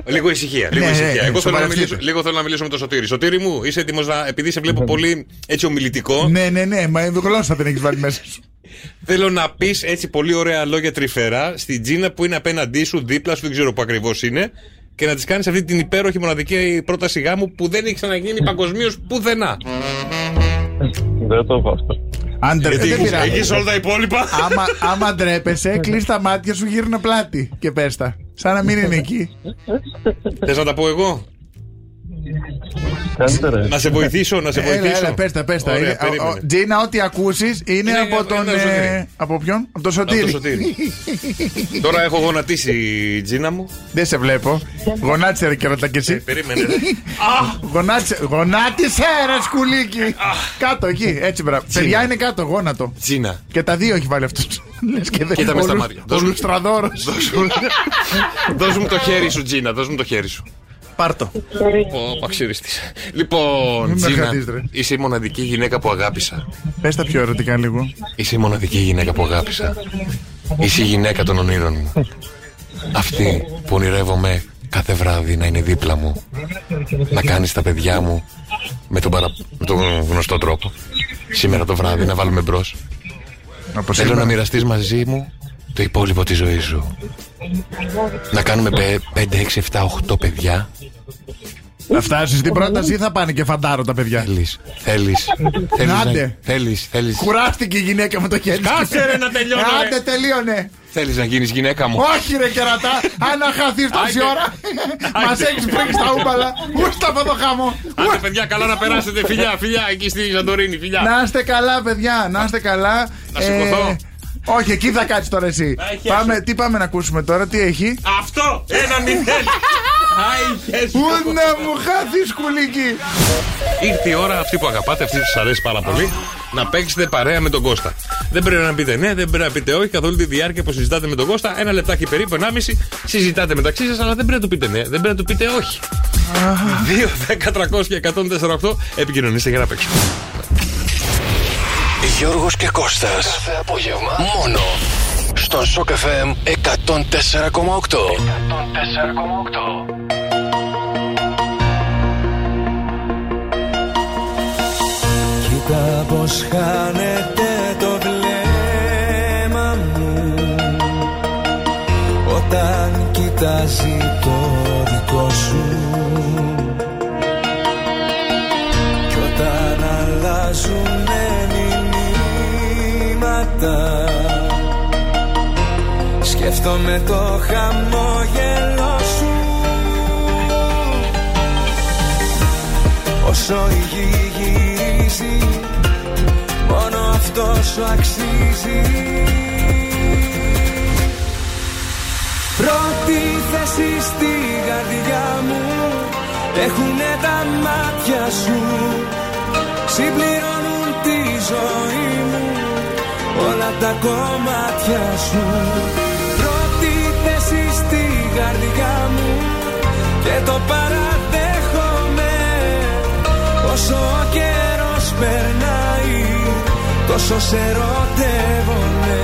[SPEAKER 3] Λίγο ησυχία. Λίγο
[SPEAKER 5] Ναι, ναι,
[SPEAKER 3] ησυχία.
[SPEAKER 5] ναι,
[SPEAKER 3] Εγώ θέλω να,
[SPEAKER 5] σοβαρευτείτε.
[SPEAKER 3] μιλήσω, λίγο θέλω να μιλήσω με τον Σωτήρη. Σωτήρη μου, είσαι έτοιμος να. Επειδή σε βλέπω πολύ έτσι ομιλητικό,
[SPEAKER 5] Ναι, ναι, ναι, μα γλώσσα δεν έχεις βάλει μέσα σου.
[SPEAKER 3] θέλω να πεις έτσι πολύ ωραία λόγια τρυφερά στην Τζίνα που είναι απέναντί σου, δίπλα σου, δεν ξέρω που ακριβώς είναι, και να της κάνεις αυτή την υπέροχη μοναδική πρόταση γάμου που δεν έχει ξαναγίνει παγκοσμίως πουθενά.
[SPEAKER 7] Δεν το είπα αυτό.
[SPEAKER 5] Αν ντρε-
[SPEAKER 3] Γιατί
[SPEAKER 5] Ε, δεν πειράζει.
[SPEAKER 3] έχεις όλα τα υπόλοιπα.
[SPEAKER 5] Άμα, άμα ντρέπεσαι, κλείσει τα μάτια σου, γύρνα πλάτη και πες τα. Σαν να μην είναι εκεί.
[SPEAKER 3] Θες να τα πω εγώ.
[SPEAKER 7] Κάντε ρε.
[SPEAKER 3] Να σε βοηθήσω, να σε
[SPEAKER 5] Έλα,
[SPEAKER 3] βοηθήσω.
[SPEAKER 5] Ε, έλα, πες τα, πες τα.
[SPEAKER 3] Ωραία,
[SPEAKER 5] Είναι-
[SPEAKER 3] περίμενε.
[SPEAKER 5] ο- ο- Τζίνα, ό,τι ακούσεις είναι
[SPEAKER 3] Είναι
[SPEAKER 5] από
[SPEAKER 3] από-
[SPEAKER 5] τον...
[SPEAKER 3] είναι ο
[SPEAKER 5] ε,
[SPEAKER 3] Σωτήρη.
[SPEAKER 5] Από ποιον? Από τον
[SPEAKER 3] Από το
[SPEAKER 5] Σωτήρη.
[SPEAKER 3] Σωτήρη. Τώρα έχω γονατίσει η Τζίνα μου.
[SPEAKER 5] Δεν σε βλέπω. Γονάτισε ρε κερατά κι εσύ.
[SPEAKER 3] Ε, Περίμενε. ρε.
[SPEAKER 5] Γονάτισε, γονάτισε ρε σκουλίκι. Κάτω εκεί, έτσι μπράβο. Παιδιά είναι κάτω, γόνατο.
[SPEAKER 3] Τζίνα.
[SPEAKER 5] Και τα δύο έχει βάλει αυτούς.
[SPEAKER 3] Ναι,
[SPEAKER 5] Λες και δεν
[SPEAKER 3] Κοίτα με στα μάτια.
[SPEAKER 5] Ο
[SPEAKER 3] Δώσ' μου-
[SPEAKER 5] Λουστραδόρο.
[SPEAKER 3] Δώσ' μου το χέρι σου, Τζίνα. Δώσ' μου το χέρι σου.
[SPEAKER 5] Πάρτο.
[SPEAKER 3] Πω, παξιριστής. Λοιπόν,
[SPEAKER 5] Μην με
[SPEAKER 3] Τζίνα,
[SPEAKER 5] κρατήσεις, ρε.
[SPEAKER 3] είσαι η μοναδική γυναίκα που αγάπησα.
[SPEAKER 5] Πες τα πιο ερωτικά λίγο.
[SPEAKER 3] Είσαι η μοναδική γυναίκα που αγάπησα. Είσαι η γυναίκα των ονείρων μου. Αυτή που ονειρεύομαι κάθε βράδυ να είναι δίπλα μου. Να κάνεις τα παιδιά μου με τον, παρα... με τον γνωστό τρόπο. Σήμερα το βράδυ να βάλουμε μπρος.
[SPEAKER 5] Από
[SPEAKER 3] Θέλω
[SPEAKER 5] σήμερα.
[SPEAKER 3] να μοιραστείς μαζί μου το υπόλοιπο της ζωής σου. Να κάνουμε 5, 6, 7, 8 παιδιά.
[SPEAKER 5] Θα φτάσεις στην πρόταση ή θα πάνε και φαντάρο τα παιδιά.
[SPEAKER 3] Θέλεις, θέλεις, θέλεις,
[SPEAKER 5] Άντε.
[SPEAKER 3] να, θέλεις, θέλεις,
[SPEAKER 5] Κουράστηκε η γυναίκα με το χέρι. Ε,
[SPEAKER 3] Κάτσε, ρε, να τελειώνω, ρε.
[SPEAKER 5] Άντε τελείωνε.
[SPEAKER 3] θέλεις να γίνεις γυναίκα μου.
[SPEAKER 5] Όχι ρε κερατά, αν χαθεί τόση
[SPEAKER 3] Άντε.
[SPEAKER 5] ώρα. Μα
[SPEAKER 3] Άντε.
[SPEAKER 5] έχει πρίξει τα ούμπαλα. Ούρστα από το χάμο.
[SPEAKER 3] Άντε παιδιά, καλά να περάσετε, φιλιά, φιλιά, εκεί στη Σαντορίνη, φιλιά.
[SPEAKER 5] Να είστε καλά, παιδιά, να είστε καλά. Ε,
[SPEAKER 3] Να σηκωθώ.
[SPEAKER 5] όχι, εκεί θα κάτσεις τώρα εσύ.
[SPEAKER 3] έχει
[SPEAKER 5] Πάμε, τι πάμε να ακούσουμε τώρα, τι έχει.
[SPEAKER 3] Αυτό, ένα μηδέν. Άι,
[SPEAKER 5] Πού να μου χάθεις, κουλίκι.
[SPEAKER 3] Ήρθε η ώρα αυτή που αγαπάτε, αυτή που σας αρέσει πάρα πολύ, να παίξετε παρέα με τον Κώστα. Δεν πρέπει να πείτε ναι, δεν πρέπει να πείτε όχι. Καθ' όλη τη διάρκεια που συζητάτε με τον Κώστα, ένα λεπτάκι περίπου, ενάμιση, συζητάτε μεταξύ σας, αλλά δεν πρέπει να του πείτε ναι, δεν πρέπει να του πείτε όχι. 2, 10, 300 και 148 επικοινωνήστε για να παίξουμε.
[SPEAKER 11] Γιώργος και Κώστας. Κάθε απόγευμα. Μόνο. Στον Σοκ FM 104,8. 104,8.
[SPEAKER 12] Κοίτα πως χάνεται το βλέμμα μου Όταν κοιτάζει το δικό σου Κι όταν αλλάζουν μηνύματα Σκέφτομαι το χαμόγελό σου Όσο η γη γυρίζει Μόνο αυτός σου αξίζει Πρώτη θέση στη καρδιά μου Έχουνε τα μάτια σου Συμπληρώνουν τη ζωή μου Όλα τα κομμάτια σου Πρώτη θέση στη καρδιά μου Και το παραδέχομαι Όσο ο καιρός περνάει Τόσο σε ερωτεύομαι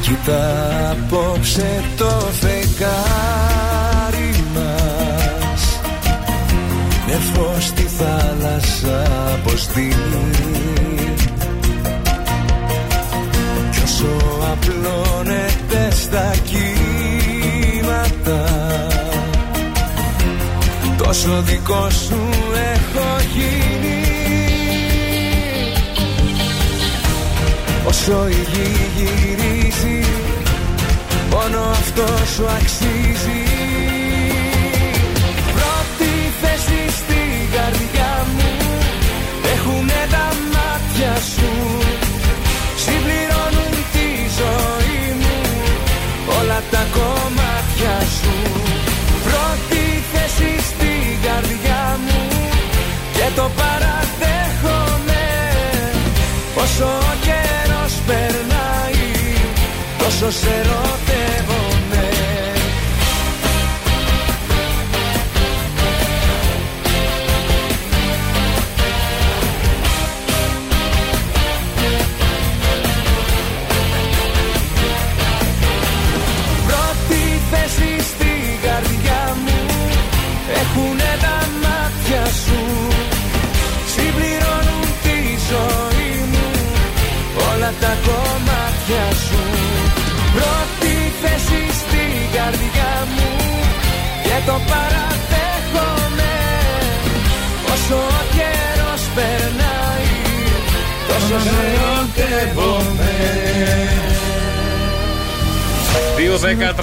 [SPEAKER 12] Κοίτα απόψε το φεγγάρι μας Με φως στη θάλασσα αποστείλει Κι όσο απλώνεται στα κύματα Τόσο δικό σου έχω γίνει Όσο η γη γυρίζει Μόνο αυτό σου αξίζει Πρώτη θέση στη καρδιά μου Έχουνε τα μάτια σου Συμπληρώνουν τη ζωή μου Όλα τα κομμάτια σου Πρώτη θέση στη καρδιά μου Και το παραδέχομαι Όσο ο καιρός περνάει Τόσο σε ερωτεύομαι Πρώτη θέση στη καρδιά μου Έχουνε τα μάτια σου Συμπληρώνουν τη ζωή μου Όλα τα κομμάτια σου Πρώτη θέση στη καρδιά μου Και το παραδέχομαι Όσο ο καιρός περνάει Τόσο σε ερωτεύομαι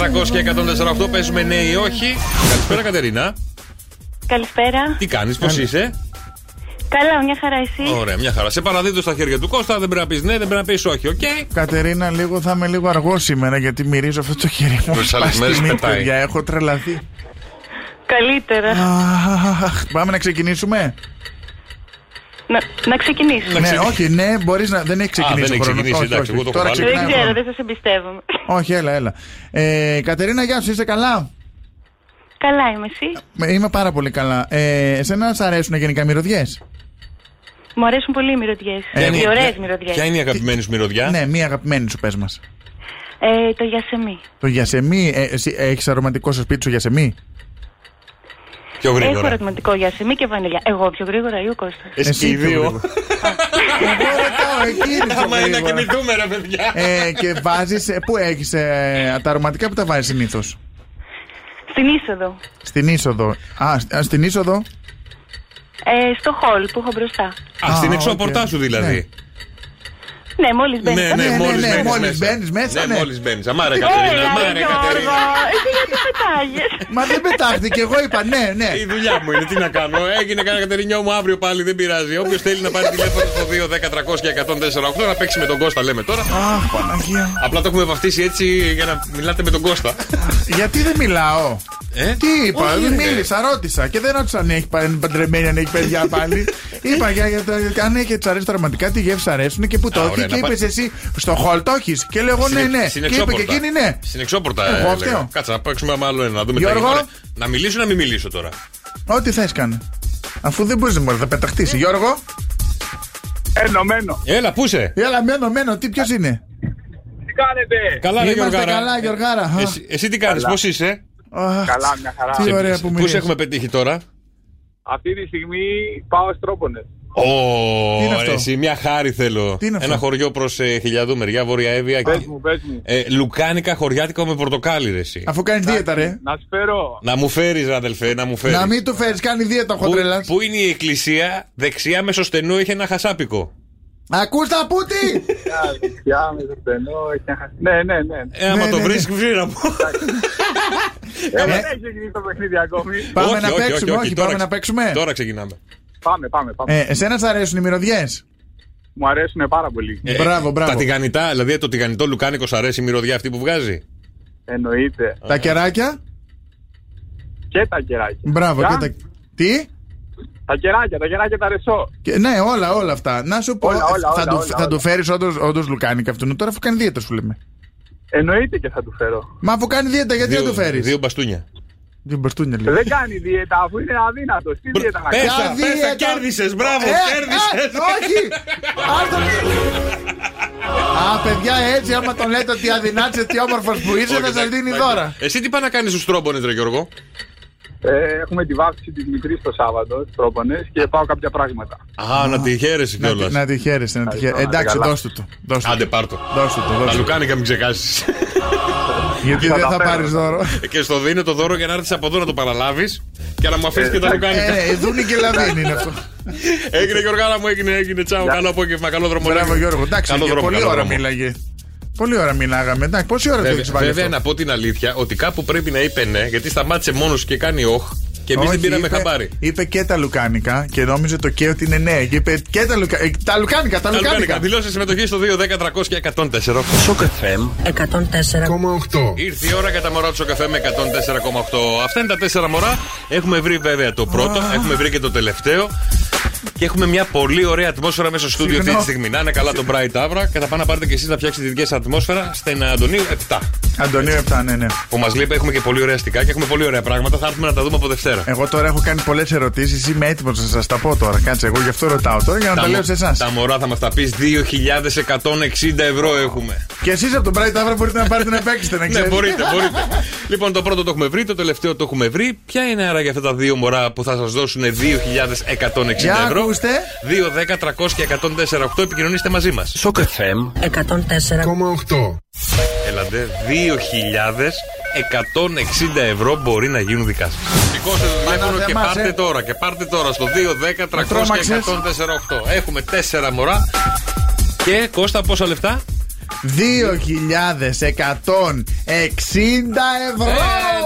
[SPEAKER 3] 2, 10, 300 και 148 παίζουμε ναι ή όχι. Καλησπέρα Κατερίνα.
[SPEAKER 13] Καλησπέρα.
[SPEAKER 3] Τι κάνεις, πώς είσαι.
[SPEAKER 13] Καλά, μια χαρά εσύ.
[SPEAKER 3] Ωραία, μια χαρά. Σε παραδίδω στα χέρια του Κώστα, δεν πρέπει να πεις ναι, δεν πρέπει να πεις όχι, οκ.
[SPEAKER 5] Κατερίνα, λίγο θα είμαι λίγο αργός σήμερα γιατί μυρίζω αυτό το χέρι μου.
[SPEAKER 3] Τις άλλες μέρες
[SPEAKER 5] Σπαστινή,
[SPEAKER 3] πετάει.
[SPEAKER 5] παιδιά, έχω τρελαθεί.
[SPEAKER 13] Καλύτερα.
[SPEAKER 5] Αχ, Πάμε να ξεκινήσουμε.
[SPEAKER 13] Να, να ξεκινήσω.
[SPEAKER 5] Ναι, όχι, ναι, μπορείς να. Δεν έχει ξεκινήσει.
[SPEAKER 3] δεν έχει
[SPEAKER 5] ο χρόνος.
[SPEAKER 3] ξεκινήσει,
[SPEAKER 5] Όχι,
[SPEAKER 3] εντάξει,
[SPEAKER 5] όχι.
[SPEAKER 3] εγώ το
[SPEAKER 5] Τώρα
[SPEAKER 3] έχω βάλει.
[SPEAKER 5] ξεκινάει ο
[SPEAKER 13] Δεν ξέρω,
[SPEAKER 5] χρόνος.
[SPEAKER 13] δεν σα εμπιστεύομαι.
[SPEAKER 5] Όχι, έλα, έλα. Ε, Κατερίνα, γεια σου, είσαι καλά.
[SPEAKER 13] Καλά είμαι εσύ.
[SPEAKER 5] Ε, Είμαι πάρα πολύ καλά. Ε, εσένα σ' αρέσουν γενικά μυρωδιές.
[SPEAKER 13] Μου αρέσουν πολύ οι μυρωδιές.
[SPEAKER 5] Ε,
[SPEAKER 13] οι
[SPEAKER 5] ναι.
[SPEAKER 13] ωραίε μυρωδιές.
[SPEAKER 5] Ποια είναι η
[SPEAKER 3] αγαπημένη σου μυρωδιά?
[SPEAKER 5] Ναι, μία αγαπημένη σου, πες μας.
[SPEAKER 13] Ε, το γιασεμί.
[SPEAKER 5] Το γιασεμί, ε, εσύ έχεις αρωματικό στο σπίτι σου γιασεμί.
[SPEAKER 3] Πιο
[SPEAKER 13] Έχω ερωτηματικό γιασεμί και βανίλια. Εγώ πιο γρήγορα ή ο Κώστας.
[SPEAKER 5] Εσύ δύο.
[SPEAKER 3] Άμα είναι να
[SPEAKER 5] γρήγορα.
[SPEAKER 3] κοιμηθούμε, ρε παιδιά.
[SPEAKER 5] ε, και βάζεις. πού έχεις ε, τα αρωματικά που τα βάζεις συνήθως.
[SPEAKER 13] Στην είσοδο.
[SPEAKER 5] Στην είσοδο. Α, σ- α, στην είσοδο.
[SPEAKER 13] Ε, στο χολ που έχω μπροστά.
[SPEAKER 3] Α, στην εξώπορτά σου δηλαδή.
[SPEAKER 13] Ναι, μόλις μπαίνεις.
[SPEAKER 3] Ναι, ναι, μόλις
[SPEAKER 5] ναι,
[SPEAKER 3] μπαίνεις.
[SPEAKER 5] μόλις μπαίνεις μέσα,
[SPEAKER 3] Ναι,
[SPEAKER 5] ναι.
[SPEAKER 3] μόλις μπαίνεις. Αμάρε Κατερίνα, αμάρε Κατερίνα.
[SPEAKER 13] Εσύ γιατί πετάγε.
[SPEAKER 5] Μα δεν πετάχτηκε, εγώ είπα ναι, ναι.
[SPEAKER 3] Η δουλειά μου είναι, τι να κάνω. ε? Έγινε κανένα Κατερινιό μου αύριο πάλι, δεν πειράζει. Όποιος θέλει να πάρει τηλέφωνο στο 2 10 300 1048 να παίξει με τον Κώστα, λέμε τώρα.
[SPEAKER 5] Αχ, Παναγία.
[SPEAKER 3] Απλά το έχουμε βαφτίσει έτσι για να μιλάτε με τον Κώστα.
[SPEAKER 5] Γιατί δεν μιλάω.
[SPEAKER 3] Ε?
[SPEAKER 5] Τι είπα,
[SPEAKER 3] Όχι,
[SPEAKER 5] δεν
[SPEAKER 3] ρε.
[SPEAKER 5] μίλησα, ρώτησα και δεν ρώτησα αν έχει παν- παντρεμένη, αν έχει παιδιά πάλι. είπα για, για, τα- αν έχει τι αρέσει πραγματικά, τι γεύση αρέσουν και που το
[SPEAKER 3] Α,
[SPEAKER 5] έχει.
[SPEAKER 3] ωραία,
[SPEAKER 5] Και
[SPEAKER 3] να
[SPEAKER 5] είπε
[SPEAKER 3] πάρεις.
[SPEAKER 5] εσύ στο χολ το έχεις. Και λέω εγώ ναι,
[SPEAKER 3] Συνε-
[SPEAKER 5] ναι. Και είπε
[SPEAKER 3] συνεξόπορτα.
[SPEAKER 5] και εκείνη ναι.
[SPEAKER 3] Συνεξόπορτα,
[SPEAKER 5] Εγώ
[SPEAKER 3] ε,
[SPEAKER 5] φταίω.
[SPEAKER 3] λέγα. Κάτσε να παίξουμε με άλλο ένα. Να δούμε τι θα
[SPEAKER 5] Γιώργο.
[SPEAKER 3] γίνει τώρα. Να μιλήσω ή να μην μιλήσω τώρα.
[SPEAKER 5] Ό,τι θες κάνε. Αφού δεν μπορείς να θα πεταχτείς.
[SPEAKER 3] Ε.
[SPEAKER 5] Γιώργο.
[SPEAKER 14] Ενωμένο.
[SPEAKER 3] Έλα, πούσε.
[SPEAKER 5] Έλα, μένω, μένω. Τι ποιος είναι.
[SPEAKER 14] Τι κάνετε.
[SPEAKER 3] Καλά, ρε
[SPEAKER 5] Είμαστε
[SPEAKER 3] Γιώργαρα.
[SPEAKER 5] καλά, Γιώργαρα. Α.
[SPEAKER 3] Εσύ, εσύ τι κάνεις,
[SPEAKER 14] Καλά.
[SPEAKER 3] πώς είσαι.
[SPEAKER 5] Αχ,
[SPEAKER 14] Καλά, μια χαρά.
[SPEAKER 5] Τι ωραία που
[SPEAKER 3] Πού
[SPEAKER 5] μιλείς.
[SPEAKER 3] σε έχουμε πετύχει τώρα.
[SPEAKER 14] Αυτή τη στιγμή πάω στρόπονες.
[SPEAKER 3] Ω,
[SPEAKER 5] Τι είναι
[SPEAKER 3] ρε,
[SPEAKER 5] αυτό?
[SPEAKER 3] εσύ, μια χάρη θέλω.
[SPEAKER 5] Τι είναι αυτό?
[SPEAKER 3] Ένα χωριό προς ε, χιλιαδού μεριά, Βόρεια Εύβοια.
[SPEAKER 14] Πες μου, πες μου.
[SPEAKER 3] Ε, λουκάνικα χωριάτικο με πορτοκάλι, ρε, εσύ.
[SPEAKER 5] Αφού κάνει δίαιτα, ρε.
[SPEAKER 14] Να σου φέρω.
[SPEAKER 3] Να μου φέρεις, ρε αδελφέ, να μου φέρεις.
[SPEAKER 5] Να μην του φέρεις, κάνει δίαιτα ο
[SPEAKER 3] Πού,
[SPEAKER 5] χοντρελάς.
[SPEAKER 3] πού είναι η εκκλησία, δεξιά μεσοστενό είχε ένα χασάπικο.
[SPEAKER 5] Ακούς τα
[SPEAKER 3] Ε,
[SPEAKER 5] πούτι!
[SPEAKER 14] Μια δεξιά με το στενό. έχει ένα χα- Ναι, ναι, ναι.
[SPEAKER 3] Ε, άμα
[SPEAKER 5] Ναι,
[SPEAKER 3] το
[SPEAKER 5] ναι,
[SPEAKER 3] βρει, ξύρα μου.
[SPEAKER 14] Ε, Δεν έχει γίνει το παιχνίδι ακόμη.
[SPEAKER 5] Πάμε
[SPEAKER 3] Όχι,
[SPEAKER 5] να
[SPEAKER 3] όχι,
[SPEAKER 5] παίξουμε,
[SPEAKER 3] όχι,
[SPEAKER 5] όχι,
[SPEAKER 3] τώρα
[SPEAKER 5] πάμε
[SPEAKER 3] ξε-
[SPEAKER 5] να παίξουμε.
[SPEAKER 3] Τώρα ξεκινάμε.
[SPEAKER 14] Πάμε, πάμε,
[SPEAKER 5] Ε,
[SPEAKER 14] πάμε.
[SPEAKER 5] εσένα σ' αρέσουν οι μυρωδιές.
[SPEAKER 14] Μου αρέσουν πάρα πολύ.
[SPEAKER 3] Ε,
[SPEAKER 5] Μπράβο, μπράβο.
[SPEAKER 3] Τα τηγανιτά, δηλαδή το τηγανιτό λουκάνικος σ' αρέσει η μυρωδιά αυτή που βγάζει.
[SPEAKER 14] Εννοείται.
[SPEAKER 5] Τα κεράκια.
[SPEAKER 14] Και τα κεράκια.
[SPEAKER 5] Μπράβο,
[SPEAKER 14] Τα-
[SPEAKER 5] και τα. Τι?
[SPEAKER 14] Τα κεράκια, τα κεράκια τα ρεσό.
[SPEAKER 5] Και, ναι, όλα, όλα αυτά. Να σου πω, ε,
[SPEAKER 14] Όλα, όλα,
[SPEAKER 5] θα,
[SPEAKER 14] όλα,
[SPEAKER 5] του,
[SPEAKER 14] όλα,
[SPEAKER 5] θα
[SPEAKER 14] όλα.
[SPEAKER 5] του φέρεις όντως λουκάνικα αυτόν. Τώρα αφού κάνει δίαιτα, σου λέμε.
[SPEAKER 14] Εννοείται και θα του φέρω.
[SPEAKER 5] Μα αφού κάνει δίαιτα, γιατί
[SPEAKER 3] δύο,
[SPEAKER 5] δεν το φέρεις.
[SPEAKER 3] Δύο μπαστούνια.
[SPEAKER 5] Δύο μπαστούνια, λέει.
[SPEAKER 14] Δεν κάνει δίαιτα αφού είναι αδύνατος. Τι δίαιτα να κάνει.
[SPEAKER 3] Πες τα, πες τα, κέρδισες, μπράβο,
[SPEAKER 5] Ε,
[SPEAKER 3] κέρδισες.
[SPEAKER 5] ε, όχι! Άστο. Α, παιδιά, έτσι, άμα τον λέτε ότι αδυνάτησε, τι όμορφος που είσαι,
[SPEAKER 3] Όχι,
[SPEAKER 5] θα σα
[SPEAKER 3] εντάξει,
[SPEAKER 5] δίνει
[SPEAKER 3] εντάξει.
[SPEAKER 5] δώρα.
[SPEAKER 3] Εσύ τι πάει να κάνεις στους τρόμπονες, Ρε Γιώργο.
[SPEAKER 14] Ε, Έχουμε τη βάφτιση της μικρή το Σάββατο, τρόπονε και πάω κάποια πράγματα.
[SPEAKER 3] Α, να τη χαίρεσαι
[SPEAKER 5] Να, τη- να
[SPEAKER 3] κιόλα.
[SPEAKER 5] τη χαίρεσαι, να τη χαίρεσαι.
[SPEAKER 14] Ευχαριστώ,
[SPEAKER 5] Ε, Εντάξει,
[SPEAKER 14] να τα
[SPEAKER 5] δώστε το. Δώστε
[SPEAKER 3] Άντε
[SPEAKER 5] το.
[SPEAKER 3] πάρτο.
[SPEAKER 5] Δώστε το,
[SPEAKER 3] Τα
[SPEAKER 5] δώσ' το.
[SPEAKER 3] λουκάνικα μην ξεχάσεις.
[SPEAKER 5] Γιατί δεν
[SPEAKER 14] τα
[SPEAKER 5] θα
[SPEAKER 14] φέρω.
[SPEAKER 5] πάρεις δώρο.
[SPEAKER 3] και στο δίνω το δώρο για να έρθεις από εδώ να το παραλάβεις και να μου αφήσεις και τα λουκάνικα.
[SPEAKER 5] Ε, δούνι και λαβίν είναι αυτό.
[SPEAKER 3] Έγινε Γιώργαρα μου, έγινε, έγινε. Τσάου, καλό απόγευμα, καλό δρόμο.
[SPEAKER 5] Μπράβο Γιώργο, εντάξει,
[SPEAKER 3] καλό
[SPEAKER 5] και
[SPEAKER 3] δρόμο.
[SPEAKER 5] πολλή
[SPEAKER 3] καλό
[SPEAKER 5] ώρα
[SPEAKER 3] δρόμο.
[SPEAKER 5] μίλαγε. Πολλή ώρα μιλάγαμε. Εντάξει, πόση ώρα το
[SPEAKER 3] Βέβαια,
[SPEAKER 5] έχεις βάλει.
[SPEAKER 3] βέβαια
[SPEAKER 5] αυτό?
[SPEAKER 3] να πω την αλήθεια ότι κάπου πρέπει να είπε ναι, γιατί σταμάτησε μόνος και κάνει όχ και εμείς
[SPEAKER 5] Όχι,
[SPEAKER 3] δεν πήραμε
[SPEAKER 5] είπε-
[SPEAKER 3] χαμπάρι.
[SPEAKER 5] Είπε και τα λουκάνικα και νόμιζε το και ότι είναι ναι. Και είπε και τα λουκάνικα. Τα λουκάνικα, τα
[SPEAKER 3] Τα λουκάνικα.
[SPEAKER 5] λουκάνικα.
[SPEAKER 3] Δηλώσεις συμμετοχή στο 2, 10, 300 και 104.
[SPEAKER 5] ε,
[SPEAKER 4] Σοκ FM
[SPEAKER 11] 104,8.
[SPEAKER 3] Ήρθε η ώρα για τα μωρά του καφέ με 104,8. Αυτά είναι τα τέσσερα μωρά. Έχουμε βρει βέβαια το πρώτο, έχουμε βρει και το τελευταίο. Και έχουμε μια πολύ ωραία ατμόσφαιρα μέσα στο στούντιο αυτή τη
[SPEAKER 5] Συγγνώ.
[SPEAKER 3] στιγμή. Να είναι καλά το Bright Avra και θα πάνε να πάρετε και εσείς να φτιάξετε τη δική σας ατμόσφαιρα στην Αντωνίου 7.
[SPEAKER 5] Αντωνίου 7, ναι, ναι.
[SPEAKER 3] Που μας λείπει, έχουμε και πολύ ωραία αστικά και έχουμε πολύ ωραία πράγματα. Θα έρθουμε να τα δούμε από Δευτέρα.
[SPEAKER 5] Εγώ τώρα έχω κάνει πολλές ερωτήσεις. Είμαι έτοιμος να σας τα πω τώρα. Κάτσε, εγώ γι' αυτό ρωτάω τώρα για να τα,
[SPEAKER 3] μω-
[SPEAKER 5] λέω σε εσάς.
[SPEAKER 3] τα μωρά θα μας τα πεις 2.160 ευρώ έχουμε.
[SPEAKER 5] Και εσείς από τον Bright Tower μπορείτε να πάρετε να παίξετε, να
[SPEAKER 3] Ναι,
[SPEAKER 5] ξέρετε.
[SPEAKER 3] μπορείτε, μπορείτε. λοιπόν, το πρώτο το έχουμε βρει, το τελευταίο το έχουμε βρει. Ποια είναι άρα για αυτά τα δύο μωρά που θα σας δώσουν 2.160
[SPEAKER 5] Για
[SPEAKER 3] ευρώ.
[SPEAKER 5] ακούστε.
[SPEAKER 3] 2, 10, 300 και 104,8 επικοινωνήστε μαζί μας.
[SPEAKER 4] Σοκ FM
[SPEAKER 11] 104,8.
[SPEAKER 3] Έλατε, 2.160 ευρώ μπορεί να γίνουν δικά σας. Σηκώστε το τηλέφωνο
[SPEAKER 5] Μα,
[SPEAKER 3] και
[SPEAKER 5] μας,
[SPEAKER 3] πάρτε
[SPEAKER 5] ε.
[SPEAKER 3] τώρα. Και πάρτε τώρα στο 2, 10, 300 και
[SPEAKER 5] τρόμαξες.
[SPEAKER 3] 104,8. Έχουμε 4 μωρά. Και Κώστα, πόσα λεφτά?
[SPEAKER 5] 2.160 ευρώ!
[SPEAKER 3] Ε,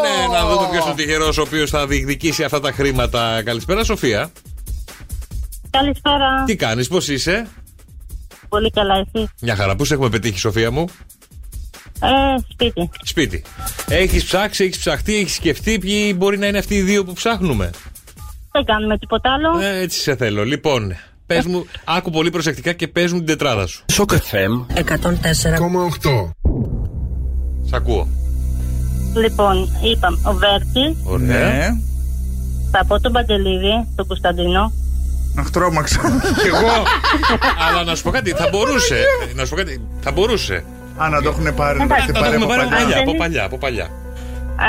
[SPEAKER 3] ναι, να δούμε ποιος είναι ο τυχερός ο οποίος θα διεκδικήσει αυτά τα χρήματα. Καλησπέρα, Σοφία.
[SPEAKER 13] Καλησπέρα.
[SPEAKER 3] Τι κάνεις, πώς είσαι.
[SPEAKER 13] Πολύ καλά, εσύ.
[SPEAKER 3] Μια χαρά, πού σε έχουμε πετύχει, Σοφία μου.
[SPEAKER 13] Ε, σπίτι.
[SPEAKER 3] Σπίτι. Έχεις ψάξει, έχεις ψαχτεί, έχεις σκεφτεί ποιοι μπορεί να είναι αυτοί οι δύο που ψάχνουμε.
[SPEAKER 13] Δεν κάνουμε τίποτα άλλο.
[SPEAKER 3] Ε, έτσι σε θέλω. Λοιπόν, πες μου, άκου πολύ προσεκτικά και πες μου την τετράδα σου.
[SPEAKER 4] Σοκ FM
[SPEAKER 11] 104,8.
[SPEAKER 3] Σ' ακούω.
[SPEAKER 13] Λοιπόν, είπαμε ο Βέρτης,
[SPEAKER 3] Ωραία.
[SPEAKER 5] Ναι.
[SPEAKER 13] θα πω τον Παντελίδη, τον Κωνσταντινό.
[SPEAKER 5] Αχ, τρόμαξα.
[SPEAKER 3] Κι εγώ. Αλλά να σου πω κάτι, θα μπορούσε. να σου πω κάτι, θα μπορούσε.
[SPEAKER 5] Α, να το έχουν πάρει. Να το έχετε
[SPEAKER 3] Θα το
[SPEAKER 5] πάρει από
[SPEAKER 3] έχουμε πάρει από
[SPEAKER 5] παλιά.
[SPEAKER 3] παλιά, από
[SPEAKER 13] Ναι.
[SPEAKER 3] παλιά, από παλιά.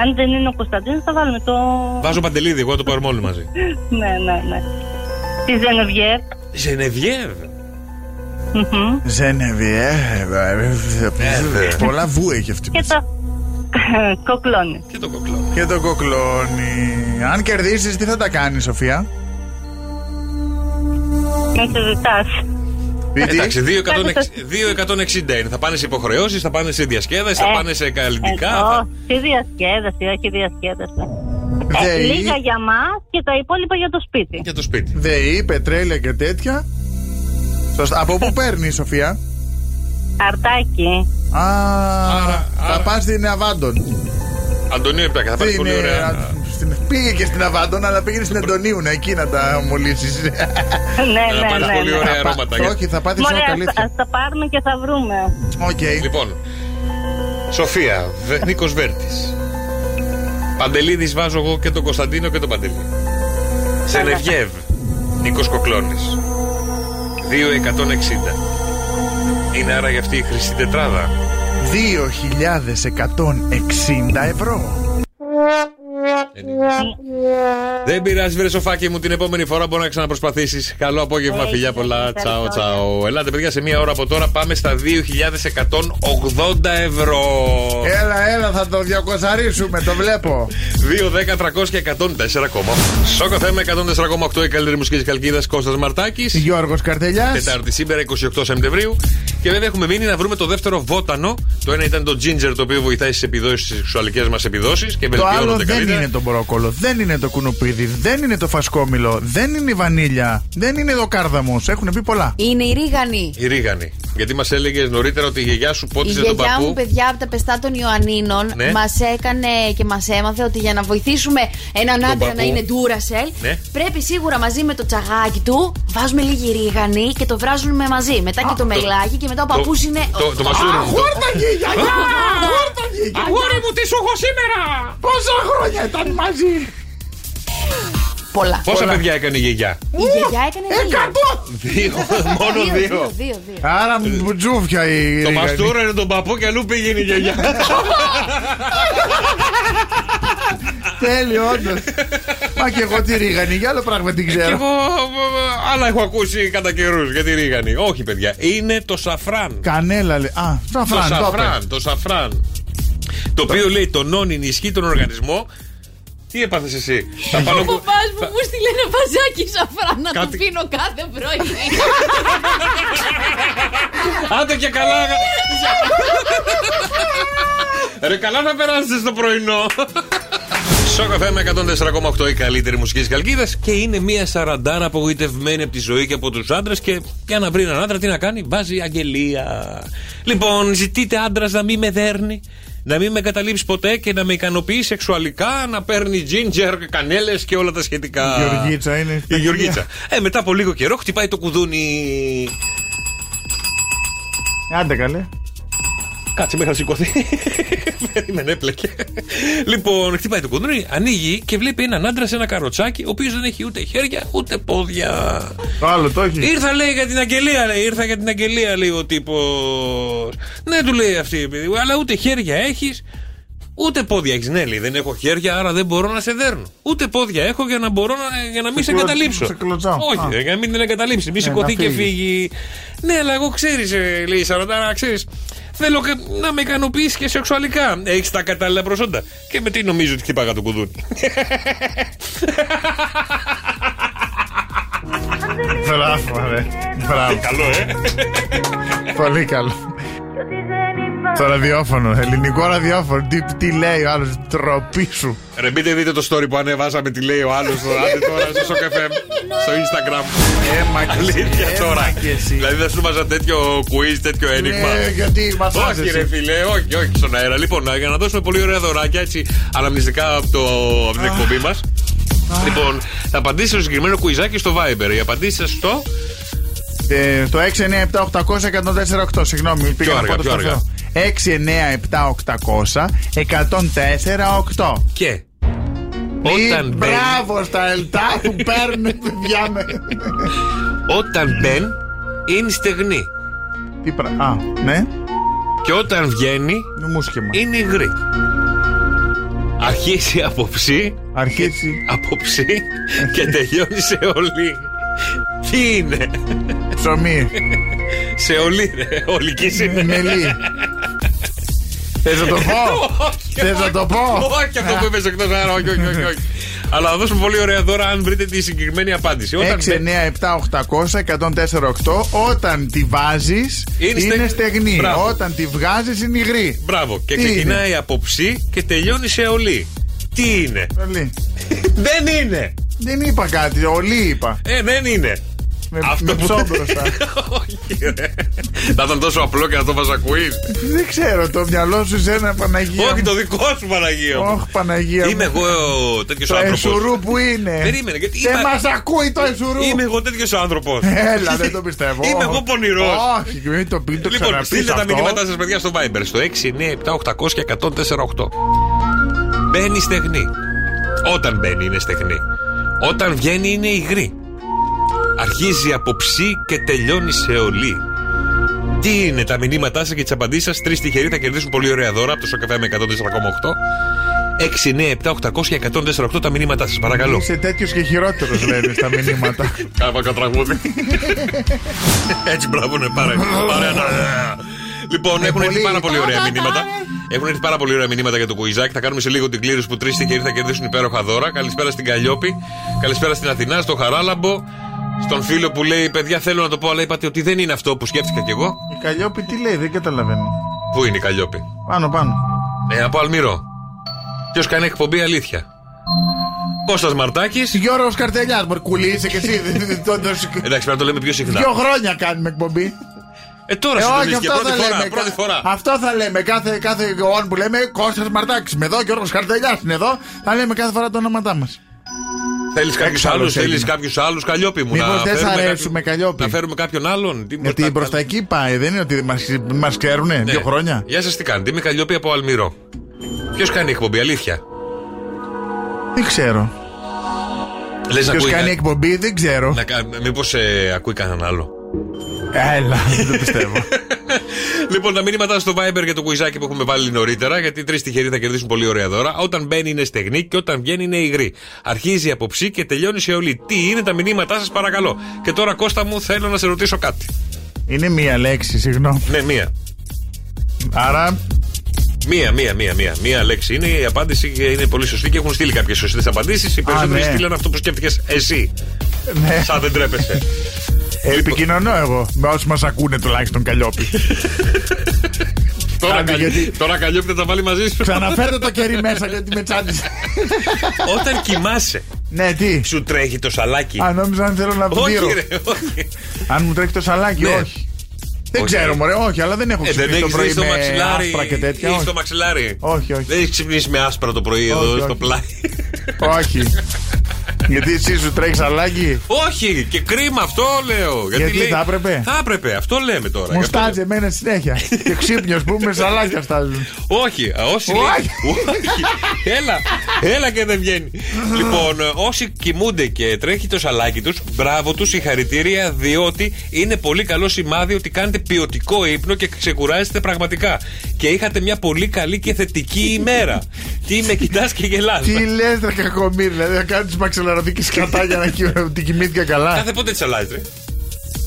[SPEAKER 13] Αν δεν είναι ο Κωνσταντίνος, θα βάλουμε το.
[SPEAKER 3] Βάζω παντελίδι, εγώ θα το πάρουμε όλοι μαζί.
[SPEAKER 13] Ναι, ναι, ναι. Τη Ζενεβιέρ.
[SPEAKER 3] Ζενεβιέβ.
[SPEAKER 13] Μμμ.
[SPEAKER 5] Ζενεβιέ. Πολλά βου έχει αυτή.
[SPEAKER 13] Και τα. Κοκλώνει.
[SPEAKER 3] Και το κοκλό.
[SPEAKER 5] Και το κοκλώνει. Αν κερδίσεις, τι θα τα κάνεις, Σοφία.
[SPEAKER 13] Με συζητά.
[SPEAKER 3] Ε, Εντάξει, 260
[SPEAKER 13] Κάποιος-
[SPEAKER 3] 260 είναι. Θα πάνε σε υποχρεώσεις, θα πάνε σε διασκέδαση, θα
[SPEAKER 13] Ε,
[SPEAKER 3] πάνε σε καλλιτικά.
[SPEAKER 13] Εδώ,
[SPEAKER 3] θα-
[SPEAKER 13] τι διασκέδαση, όχι διασκέδαση. Ε,
[SPEAKER 5] Δε ή-
[SPEAKER 13] Λίγα για μας και τα υπόλοιπα για το σπίτι.
[SPEAKER 3] Για το σπίτι.
[SPEAKER 5] ΔΕΗ, πετρέλαια και τέτοια. Σωστά. Από πού παίρνει η Σοφία?
[SPEAKER 13] Αρτάκι.
[SPEAKER 5] Α, θα πας στην Αβάντον.
[SPEAKER 3] Αντωνίου Ιπτάκα, θα πάρει
[SPEAKER 5] Τι
[SPEAKER 3] πολύ
[SPEAKER 5] είναι,
[SPEAKER 3] ωραία. ναι.
[SPEAKER 5] α, στην- Πήγε και στην Αβάντον, αλλά πήγαινε στην Αντωνίουνα εκεί να τα μολύσεις.
[SPEAKER 13] Ναι,
[SPEAKER 3] Να
[SPEAKER 13] ναι,
[SPEAKER 3] πάρεις
[SPEAKER 13] ναι.
[SPEAKER 3] Ε, πολύ
[SPEAKER 13] ναι.
[SPEAKER 3] ωραία αρώματα. για-
[SPEAKER 5] Όχι, θα πάθεις
[SPEAKER 13] Μωρέ,
[SPEAKER 5] ένα
[SPEAKER 13] ας-
[SPEAKER 5] καλύφι.
[SPEAKER 13] ας τα πάρουμε και θα βρούμε.
[SPEAKER 3] Λοιπόν, Σοφία, Νίκος Βέρτης. Παντελίδης βάζω εγώ και τον Κωνσταντίνο και τον Παντελή. Σενεβιέβ, Νίκος Κοκλώνης. 260. Είναι άραγε αυτή η χρυσή τετράδα.
[SPEAKER 5] 2.160 ευρώ.
[SPEAKER 3] Δεν πειράζει, βρε σοφάκι μου. Την επόμενη φορά μπορεί να ξαναπροσπαθήσεις. Καλό απόγευμα, φιλιά πολλά. Τσαο, τσαο. Ελάτε, παιδιά, σε μία ώρα από τώρα πάμε στα 2.180 ευρώ.
[SPEAKER 5] Έλα, έλα, θα το διακοσαρίσουμε, το βλέπω.
[SPEAKER 3] 2, 10, 300 και 104,8. Σόκο θέμα 104,8 η καλύτερη μουσική της Καλκίδας Κώστας Μαρτάκης
[SPEAKER 5] Γιώργος Καρτελιάς.
[SPEAKER 3] Τετάρτη σήμερα, 28 Σεπτεμβρίου. Και βέβαια έχουμε μείνει να βρούμε το δεύτερο βότανο. Το ένα ήταν το ginger, το οποίο βοηθάει στις επιδόσεις, στις σεξουαλικές μας επιδόσεις και
[SPEAKER 5] Το άλλο
[SPEAKER 3] βελτιώνονται
[SPEAKER 5] δεν
[SPEAKER 3] καλύτερα.
[SPEAKER 5] είναι το μπρόκολο, δεν είναι το κουνουπίδι, δεν είναι το φασκόμηλο, δεν είναι η βανίλια, δεν είναι το κάρδαμο. Έχουν πει πολλά.
[SPEAKER 15] Είναι η ρίγανη.
[SPEAKER 3] Η ρίγανη. Γιατί μας έλεγες νωρίτερα ότι η γιαγιά σου
[SPEAKER 15] Η
[SPEAKER 3] πότισε τον
[SPEAKER 15] γιαγιά μου,
[SPEAKER 3] παππού.
[SPEAKER 15] παιδιά, από τα πεστά των Ιωαννίνων,
[SPEAKER 3] Ναι.
[SPEAKER 15] μας μα έκανε και μας έμαθε ότι για να βοηθήσουμε έναν
[SPEAKER 3] Τον
[SPEAKER 15] άντρα
[SPEAKER 3] παππού.
[SPEAKER 15] να είναι ντούρασελ,
[SPEAKER 3] Ναι.
[SPEAKER 15] πρέπει σίγουρα μαζί με το τσαγάκι του βάζουμε λίγη ρίγανη και το βράζουμε μαζί. Μετά και το μελάκι και μετά ο παππούς είναι.
[SPEAKER 3] το- το μασούρο.
[SPEAKER 5] Αγόρταγε η γιαγιά! Αγόρταγε η γιαγιά!
[SPEAKER 16] Αγόρι μου, τι σου έχω σήμερα!
[SPEAKER 5] Πόσα χρόνια ήταν μαζί!
[SPEAKER 15] Πολλά.
[SPEAKER 3] Πόσα παιδιά έκανε η γιαγιά.
[SPEAKER 15] Η γιαγιά έκανε δύο.
[SPEAKER 3] Δύο, μόνο
[SPEAKER 15] Δύο, δύο,
[SPEAKER 3] δύο.
[SPEAKER 15] δύο, δύο.
[SPEAKER 5] Άρα μου τζούφια η
[SPEAKER 3] Ε. Το
[SPEAKER 5] ρίγανη.
[SPEAKER 3] μαστούρο είναι τον παππού και αλλού πήγαινε η γιαγιά.
[SPEAKER 5] Τέλειο, όντως. Μα και εγώ τη ρίγανη, για άλλο πράγμα την
[SPEAKER 3] Και εγώ,
[SPEAKER 5] ξέρω.
[SPEAKER 3] ε, άλλα έχω ακούσει κατά καιρούς για τη ρίγανη. Όχι, παιδιά. Είναι το σαφράν.
[SPEAKER 5] Κανέλα λέει. Α, σαν φραν,
[SPEAKER 3] το
[SPEAKER 5] το
[SPEAKER 3] σαφράν,
[SPEAKER 5] έπαιρνε.
[SPEAKER 3] το σαφράν. Το οποίο λέει το νόν ενισχύει τον οργανισμό. Τι έπαθες εσύ. θα
[SPEAKER 15] Ο
[SPEAKER 3] πάνω που.
[SPEAKER 15] παπάς μου μου στείλε ένα βαζάκι σαφρά να
[SPEAKER 3] Κάτι-
[SPEAKER 15] το πίνω κάθε πρωί.
[SPEAKER 3] Άντε και καλά. Ρε καλά να περάσετε στο πρωινό. Σοκαφέ με 104,8 η καλύτερη μουσική τη Καλκίδα και είναι μία σαραντάρα απογοητευμένη από τη ζωή και από τους άντρες. Και για να βρει έναν άντρα, τι να κάνει, βάζει αγγελία. Λοιπόν, ζητείτε άντρας να μην με δέρνει, να μην με καταλήψει ποτέ και να με ικανοποιείς σεξουαλικά, να παίρνει ginger, κανέλες και όλα τα σχετικά.
[SPEAKER 5] Η Γεωργίτσα είναι στα
[SPEAKER 3] Η Γεωργίτσα.
[SPEAKER 5] χέρια.
[SPEAKER 3] Ε, μετά από λίγο καιρό χτυπάει το κουδούνι.
[SPEAKER 5] Άντε καλέ.
[SPEAKER 3] Κάτσε, με είχα σηκωθεί. Περίμενε, έπλεκε. Λοιπόν, χτυπάει το κουδούνι, ανοίγει και βλέπει έναν άντρα σε ένα καροτσάκι, ο οποίος δεν έχει ούτε χέρια ούτε πόδια.
[SPEAKER 5] Το άλλο το έχει.
[SPEAKER 3] Ήρθα λέει για την αγγελία, λέει. Ήρθα για την αγγελία, λέει ο τύπος. Ναι, του λέει αυτή, παιδί μου, αλλά ούτε χέρια έχεις, ούτε πόδια έχεις. Ναι, λέει, δεν έχω χέρια, άρα δεν μπορώ να σε δέρνω. Ούτε πόδια έχω για να μπορώ να, για να μην σε
[SPEAKER 5] κλω-
[SPEAKER 3] εγκαταλείψω.
[SPEAKER 5] σε κλωτσάω.
[SPEAKER 3] Όχι,
[SPEAKER 5] Α.
[SPEAKER 3] ρε, για να μην την εγκαταλείψει. Μην
[SPEAKER 5] Ναι,
[SPEAKER 3] σηκωθεί
[SPEAKER 5] να
[SPEAKER 3] και
[SPEAKER 5] φύγεις.
[SPEAKER 3] φύγει. Ναι, αλλά εγώ ξέρεις, λέει η Σαραντάρα, ξέρεις. Θέλω και να με ικανοποιήσει και σεξουαλικά. Έχεις τα κατάλληλα προσόντα. Και με τι νομίζω ότι χτυπάγα το κουδούνι.
[SPEAKER 5] Μπράβο, ρε. Μπράβο.
[SPEAKER 3] Καλό, ε.
[SPEAKER 5] Πολύ καλό. Το ραδιόφωνο, ελληνικό ραδιόφωνο. Τι, τι λέει ο άλλος, τροπή σου.
[SPEAKER 3] Ρε μπείτε δείτε το story που ανεβάσαμε τι λέει ο άλλος τώρα, άντε τώρα στο σοκεφέ στο instagram
[SPEAKER 5] Έμα
[SPEAKER 3] Αλήθεια τώρα
[SPEAKER 5] και εσύ.
[SPEAKER 3] Δηλαδή δεν σου βάζα τέτοιο quiz, τέτοιο ένιγμα
[SPEAKER 5] Ναι, γιατί μας
[SPEAKER 3] όχι, ρε φίλε, όχι, όχι στον αέρα. Λοιπόν, να- για να δώσουμε πολύ ωραία δωράκια έτσι αναμνηστικά από, το, από την εκπομπή μας. Λοιπόν, θα απαντήσετε στο συγκεκριμένο κουιζάκι στο Viber. Οι απαντήσεις στο.
[SPEAKER 5] Ε, το 697-800-1048. Συγγνώμη, πήγα να
[SPEAKER 3] αργά,
[SPEAKER 5] πω το
[SPEAKER 3] πιο αργά.
[SPEAKER 5] σταθερό. 697-800-1048.
[SPEAKER 3] Και.
[SPEAKER 5] Ή,
[SPEAKER 3] Όταν μπαίνει,
[SPEAKER 5] μπράβο στα ελτά που παίρνουν παιδιά με.
[SPEAKER 3] όταν μπαίνει, είναι στεγνή.
[SPEAKER 5] Τι πρα... Α, ναι.
[SPEAKER 3] Και όταν βγαίνει,
[SPEAKER 5] Μουσχεμα.
[SPEAKER 3] είναι υγρή. Αρχίζει από ψή,
[SPEAKER 5] Αρχίζει.
[SPEAKER 3] από ψή και τελειώνει σε ολί. Τι είναι,
[SPEAKER 5] Ψωμί.
[SPEAKER 3] σε ολί, ρε, ολική είναι.
[SPEAKER 5] Μελί. Θες να το πω.
[SPEAKER 3] Όχι,
[SPEAKER 5] Θες να το πω.
[SPEAKER 3] Όχι αυτό που είπες εκτός αέρα, όχι, όχι, όχι. όχι. Αλλά θα δώσουμε πολύ ωραία δώρα αν βρείτε τη συγκεκριμένη απάντηση. Όταν μπε-
[SPEAKER 5] 6-9-7-800-1048. Όταν τη βάζεις,
[SPEAKER 3] Είναι
[SPEAKER 5] είναι,
[SPEAKER 3] στε-
[SPEAKER 5] στεγνή.
[SPEAKER 3] Μπράβο.
[SPEAKER 5] Όταν τη βγάζεις, είναι υγρή.
[SPEAKER 3] Μπράβο. Και
[SPEAKER 5] Τι
[SPEAKER 3] ξεκινάει από ψή και τελειώνει σε ολί. Τι είναι. Δεν είναι.
[SPEAKER 5] Δεν είπα κάτι, όλοι είπα.
[SPEAKER 3] Ε, δεν είναι.
[SPEAKER 5] Με,
[SPEAKER 3] Αυτό
[SPEAKER 5] Ε, με
[SPEAKER 3] που-
[SPEAKER 5] ψώ μπροστά.
[SPEAKER 3] Θα ήταν τόσο απλό και να το βασακούει.
[SPEAKER 5] Δεν ξέρω, το μυαλό σου σε ένα Παναγία.
[SPEAKER 3] Όχι,
[SPEAKER 5] μου.
[SPEAKER 3] το δικό σου Παναγία. μου.
[SPEAKER 5] Όχ, Παναγία.
[SPEAKER 3] Είμαι
[SPEAKER 5] μου.
[SPEAKER 3] εγώ τέτοιος
[SPEAKER 5] Το
[SPEAKER 3] άνθρωπος.
[SPEAKER 5] εσουρού που είναι.
[SPEAKER 3] Περίμενε, γιατί
[SPEAKER 5] Και
[SPEAKER 3] είπα-
[SPEAKER 5] μας ακούει το εσουρού.
[SPEAKER 3] Είμαι εγώ τέτοιος άνθρωπος.
[SPEAKER 5] Έλα, δεν το πιστεύω.
[SPEAKER 3] Είμαι εγώ πονηρός.
[SPEAKER 5] Όχι, μην το, μην Ε, το
[SPEAKER 3] Λοιπόν,
[SPEAKER 5] ξαναπείς
[SPEAKER 3] στείλτε τα
[SPEAKER 5] αυτό.
[SPEAKER 3] μηνύματά σας, παιδιά, στο Viber στο 697-800 και 1048. Μπαίνει στεγνή. Όταν μπαίνει είναι στεγνή. Όταν βγαίνει είναι υγρή. Αρχίζει από ψή και τελειώνει σε ολί. Τι είναι τα μηνύματά σας και τις απαντήσεις σας. Τρεις τυχεροί θα κερδίσουν πολύ ωραία δώρα από το σοκαφέ με 104,8. 6, 9, 7, 800 και 104,8 τα μηνύματά σας, παρακαλώ.
[SPEAKER 5] Είσαι τέτοιος και χειρότερος, λένε στα μηνύματα.
[SPEAKER 3] Κάβακα τραγούδι. Έτσι, μπράβο, ναι, πάρε. πάρε ένα.
[SPEAKER 5] Ε,
[SPEAKER 3] Λοιπόν, έχουν έρθει πάρα πολύ ωραία μηνύματα. Έχουν έρθει πάρα πολύ ωραία μηνύματα για το κουιζάκι. Θα κάνουμε σε λίγο την κλήρωση που τρεις τυχεροί θα κερδίσουν υπέροχα δώρα. Καλησπέρα στην Καλλιόπη. Καλησπέρα στην Αθηνά, στο Χαράλαμπο. Στον φίλο που λέει: Παιδιά, θέλω να το πω, αλλά είπατε ότι δεν είναι αυτό που σκέφτηκα κι εγώ.
[SPEAKER 5] Η Καλλιόπη τι λέει, δεν καταλαβαίνω.
[SPEAKER 3] Πού είναι η Καλλιόπη.
[SPEAKER 5] Πάνω, πάνω.
[SPEAKER 3] Ε, από Αλμύρο. Ποιος κάνει εκπομπή αλήθεια. Κώστας Μαρτάκης.
[SPEAKER 5] Γιώργος Καρτελιάς, Μορκουλή, είσαι και εσύ. Δεν- δεν- το- το-
[SPEAKER 3] Εντάξει, πρέπει να το λέμε πιο συχνά.
[SPEAKER 5] Δύο χρόνια κάνουμε εκπομπή.
[SPEAKER 3] Ε, τώρα
[SPEAKER 5] Ε, όχι,
[SPEAKER 3] συντονίστηκε
[SPEAKER 5] αυτό
[SPEAKER 3] πρώτη
[SPEAKER 5] θα
[SPEAKER 3] φορά.
[SPEAKER 5] λέμε.
[SPEAKER 3] Πρώτη
[SPEAKER 5] Κα-
[SPEAKER 3] φορά.
[SPEAKER 5] Αυτό θα λέμε. Κάθε, κάθε on που λέμε, Κώστας Μαρτάκης είμαι εδώ, Γιώργος Καρτελιάς είναι εδώ. Θα λέμε κάθε φορά τα όνοματά μας.
[SPEAKER 3] Θέλεις κάποιου
[SPEAKER 5] Έξαλλος
[SPEAKER 3] άλλους, θέλεις
[SPEAKER 5] έγινε.
[SPEAKER 3] κάποιους άλλους. Καλλιόπη μου.
[SPEAKER 5] Μήπως δεν σ'
[SPEAKER 3] φέρουμε
[SPEAKER 5] αρέσουμε,
[SPEAKER 3] κάποιον-
[SPEAKER 5] Καλλιόπη.
[SPEAKER 3] Να φέρουμε κάποιον άλλον. Τι
[SPEAKER 5] Γιατί
[SPEAKER 3] μπροστά-
[SPEAKER 5] προς τα εκεί πάει, δεν είναι ότι μας, μας ξέρουνε
[SPEAKER 3] Ναι.
[SPEAKER 5] δύο χρόνια.
[SPEAKER 3] Γεια σας, τι κάνετε. Είμαι Καλλιόπη από Αλμύρο. Ποιος κάνει εκπομπή, αλήθεια.
[SPEAKER 5] Δεν ξέρω.
[SPEAKER 3] Λες να
[SPEAKER 5] Ποιος
[SPEAKER 3] ακούει. ναι.
[SPEAKER 5] κάνει εκπομπή, δεν ξέρω.
[SPEAKER 3] Μήπως ε, ακούει κανέναν άλλο.
[SPEAKER 5] Έλα, δεν πιστεύω.
[SPEAKER 3] Λοιπόν, τα μηνύματα στο Viber για το κουιζάκι που έχουμε βάλει νωρίτερα, γιατί τρεις τυχεροί θα κερδίσουν πολύ ωραία δώρα. Όταν μπαίνει είναι στεγνή και όταν βγαίνει είναι υγρή. Αρχίζει από ψή και τελειώνει σε όλη. Τι είναι τα μηνύματά σας, παρακαλώ. Και τώρα, Κώστα μου, θέλω να σε ρωτήσω κάτι.
[SPEAKER 5] Είναι μία λέξη, συγγνώμη.
[SPEAKER 3] Ναι, μία.
[SPEAKER 5] Άρα,
[SPEAKER 3] Μία, μία, μία, μία. Μία λέξη είναι η απάντηση και είναι πολύ σωστή και έχουν στείλει κάποιες σωστές απαντήσεις. Οι περισσότεροι
[SPEAKER 5] ναι.
[SPEAKER 3] στείλαν αυτό που σκέφτηκες εσύ.
[SPEAKER 5] ναι.
[SPEAKER 3] Σαν δεν τρέπεσαι.
[SPEAKER 5] επικοινωνώ εγώ με όσους μας ακούνε τουλάχιστον Καλλιόπη.
[SPEAKER 3] τώρα καλ... τώρα Καλλιόπη θα τα βάλει μαζί σου.
[SPEAKER 5] Ξαναφέρτε το κερί μέσα γιατί με τσάντισε.
[SPEAKER 3] Όταν κοιμάσαι,
[SPEAKER 5] Ναι, τι.
[SPEAKER 3] σου τρέχει το σαλάκι.
[SPEAKER 5] Αν νόμιζα αν θέλω να
[SPEAKER 3] όχι,
[SPEAKER 5] βγω.
[SPEAKER 3] ρε, όχι.
[SPEAKER 5] Αν μου τρέχει το σαλάκι,
[SPEAKER 3] Ναι.
[SPEAKER 5] όχι. Δεν
[SPEAKER 3] Όχι.
[SPEAKER 5] ξέρω, μωρέ, όχι, αλλά δεν έχω
[SPEAKER 3] Ε, δεν
[SPEAKER 5] ξυπνήσει το
[SPEAKER 3] έχει
[SPEAKER 5] πρωί
[SPEAKER 3] δει στο
[SPEAKER 5] με
[SPEAKER 3] μαξιλάρι.
[SPEAKER 5] άσπρα και τέτοια.
[SPEAKER 3] ή
[SPEAKER 5] όχι.
[SPEAKER 3] στο μαξιλάρι.
[SPEAKER 5] Όχι, όχι.
[SPEAKER 3] Δεν έχεις ξυπνήσει με άσπρα το πρωί εδώ
[SPEAKER 5] Όχι,
[SPEAKER 3] στο
[SPEAKER 5] όχι.
[SPEAKER 3] πλάι.
[SPEAKER 5] Όχι. Γιατί εσύ σου τρέχεις σαλάκι.
[SPEAKER 3] όχι, και κρίμα αυτό λέω. Γιατί,
[SPEAKER 5] Γιατί
[SPEAKER 3] λέει-
[SPEAKER 5] θα έπρεπε?
[SPEAKER 3] Θα έπρεπε, αυτό λέμε τώρα. Γι'
[SPEAKER 5] Μου
[SPEAKER 3] αυτό-
[SPEAKER 5] στάζει εμένα συνέχεια. Και ξύπνιος που με σαλάκια στάζουν.
[SPEAKER 3] Όχι, α, όσοι. λέει-
[SPEAKER 5] Όχι.
[SPEAKER 3] Όχι. Έλα, έλα και δεν βγαίνει. λοιπόν, ε, όσοι κοιμούνται και τρέχει το σαλάκι τους, μπράβο τους, συγχαρητήρια, διότι είναι πολύ καλό σημάδι ότι κάνετε ποιοτικό ύπνο και ξεκουράζεστε πραγματικά. Και είχατε μια πολύ καλή και θετική ημέρα. Τι με κοιτάς και γελάς.
[SPEAKER 5] Τι λες, ρε κακομίρι, δηλαδή θα κάνεις μαξιλαροδική σκατά για να κοιμ- ότι κοιμήθηκα καλά.
[SPEAKER 3] Κάθε πότε τις αλλάζεις.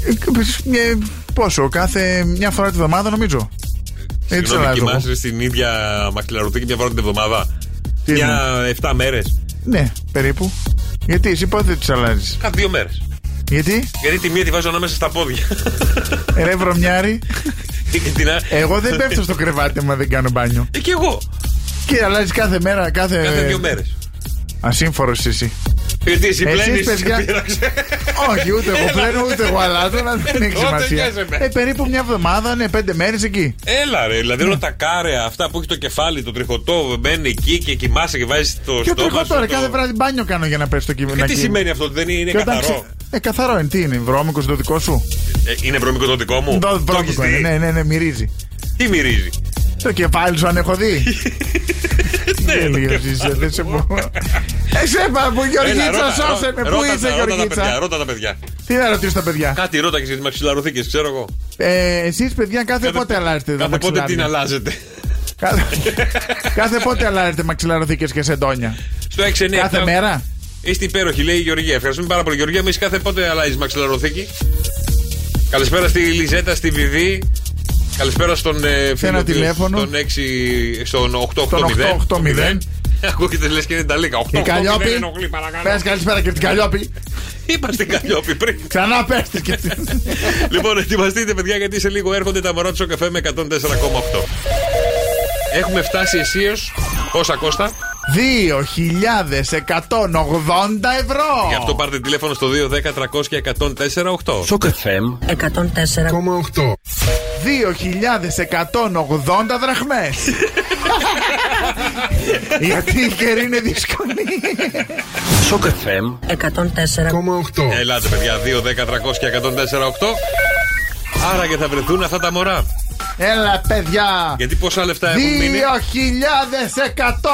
[SPEAKER 5] Ε, ε, Πόσο, κάθε μια φορά τη βδομάδα νομίζω. Δεν ξέρω.
[SPEAKER 3] Συγγνώμη,
[SPEAKER 5] αλλάζω εγώ.
[SPEAKER 3] κοιμάσαι στην ίδια μαξιλαρωτή και μια φορά την εβδομάδα.
[SPEAKER 5] Τι
[SPEAKER 3] μια 7 μέρες.
[SPEAKER 5] Ναι, περίπου. Γιατί εσύ πότε τις αλλάζεις.
[SPEAKER 3] Κάθε δύο μέρες.
[SPEAKER 5] Γιατί,
[SPEAKER 3] Γιατί τη μία τη βάζω ανάμεσα στα πόδια.
[SPEAKER 5] ρε βρωμιάρι,
[SPEAKER 3] και την άλλη-
[SPEAKER 5] εγώ δεν πέφτω στο κρεβάτι άμα δεν κάνω μπάνιο.
[SPEAKER 3] Ε, και εγώ.
[SPEAKER 5] Και αλλάζει κάθε μέρα, κάθε.
[SPEAKER 3] Κάθε δύο μέρες.
[SPEAKER 5] Ασύμφορος εσύ.
[SPEAKER 3] Γιατί εσύ
[SPEAKER 5] Εσείς,
[SPEAKER 3] πλένεις.
[SPEAKER 5] παιδιά- Όχι, ούτε εγώ πλένω, ούτε εγώ αλλάζω, αλλά δεν έχει
[SPEAKER 3] Τότε
[SPEAKER 5] σημασία.
[SPEAKER 3] νοιάζεσαι με.
[SPEAKER 5] Ε, περίπου μια εβδομάδα, ναι, πέντε μέρες εκεί.
[SPEAKER 3] Έλα ρε, δηλαδή όλα τα κάρεα αυτά που έχει το κεφάλι, το τριχωτό, μπαίνει εκεί και κοιμάσαι και βάζεις το
[SPEAKER 5] Και
[SPEAKER 3] στόμα
[SPEAKER 5] εγώ
[SPEAKER 3] σου.
[SPEAKER 5] τώρα,
[SPEAKER 3] το-
[SPEAKER 5] κάθε βράδυ μπάνιο κάνω για να πέσει το κείμενο.
[SPEAKER 3] Και τι σημαίνει αυτό, ότι δεν είναι καθαρό.
[SPEAKER 5] Ε, καθαρό είναι, τι είναι, βρώμικος το δικό σου.
[SPEAKER 3] Ε, είναι βρωμικό το δικό μου.
[SPEAKER 5] Το
[SPEAKER 3] Το έχεις
[SPEAKER 5] βρώμικο είναι,
[SPEAKER 3] δει?
[SPEAKER 5] ναι, ναι, ναι, μυρίζει.
[SPEAKER 3] Τι μυρίζει.
[SPEAKER 5] Το κεφάλι σου αν έχω δει.
[SPEAKER 3] Ναι,
[SPEAKER 5] Τέλειος είσαι, δεν σε πω. Ε, σε είπα που
[SPEAKER 3] Έλα,
[SPEAKER 5] Γεωργίτσα,
[SPEAKER 3] ρώτα,
[SPEAKER 5] σώσε
[SPEAKER 3] ρώ-
[SPEAKER 5] με, πού
[SPEAKER 3] ρώτα
[SPEAKER 5] είσαι
[SPEAKER 3] τα- ρώτα τα παιδιά,
[SPEAKER 5] Γεωργίτσα.
[SPEAKER 3] Ρώτα τα παιδιά.
[SPEAKER 5] Τι να ρωτήσω τα παιδιά.
[SPEAKER 3] Κάτι ρώτα και για τι μαξιλαρωθήκε, ξέρω εγώ.
[SPEAKER 5] Ε, Εσείς παιδιά κάθε
[SPEAKER 3] Κάθε-
[SPEAKER 5] πότε αλλάζετε τα
[SPEAKER 3] Κάθε πότε
[SPEAKER 5] μαξιλάρια.
[SPEAKER 3] την αλλάζετε.
[SPEAKER 5] Κάθε- Κάθε πότε αλλάζετε μαξιλαροθήκες και σεντόνια.
[SPEAKER 3] Στο 6-9.
[SPEAKER 5] Κάθε μέρα.
[SPEAKER 3] Είστε υπέροχοι, λέει η Γεωργία. Ευχαριστούμε πάρα πολύ, Γεωργία. Εμεί κάθε πότε αλλάζεις μαξιλαρωθήκη. Καλησπέρα στη Λιζέτα, στη Βιβί. Καλησπέρα στον ε, φίλο
[SPEAKER 5] ένα
[SPEAKER 3] του,
[SPEAKER 5] τηλέφωνο.
[SPEAKER 3] Στον, 6, στον 880.
[SPEAKER 5] Στον 880.
[SPEAKER 3] Ακούγεται λες και είναι τα λίγα.
[SPEAKER 5] Και η
[SPEAKER 3] 8
[SPEAKER 5] Καλλιόπη. Πες καλησπέρα και την Καλλιόπη.
[SPEAKER 3] Είπα στην Καλλιόπη πριν.
[SPEAKER 5] Ξανά πες της και την.
[SPEAKER 3] Λοιπόν, ετοιμαστείτε, παιδιά, γιατί σε λίγο έρχονται τα μωρά του στο καφέ με 104,8. Έχουμε φτάσει αισίως. Πόσα Κώστα.
[SPEAKER 5] 2.180 ευρώ.
[SPEAKER 3] Γι' αυτό πάρτε τηλέφωνο στο 210 300 1048.
[SPEAKER 4] Σοκ FM
[SPEAKER 11] 104,8
[SPEAKER 5] 2.180 δραχμές Γιατί η καιρή είναι δύσκολη
[SPEAKER 4] Σοκ FM
[SPEAKER 11] 104,8
[SPEAKER 3] Ελάτε, παιδιά, 210 300 1048. Άρα και θα βρεθούν αυτά τα μωρά.
[SPEAKER 5] Έλα παιδιά
[SPEAKER 3] Γιατί πόσα λεφτά έχουν μείνει.
[SPEAKER 5] 2.180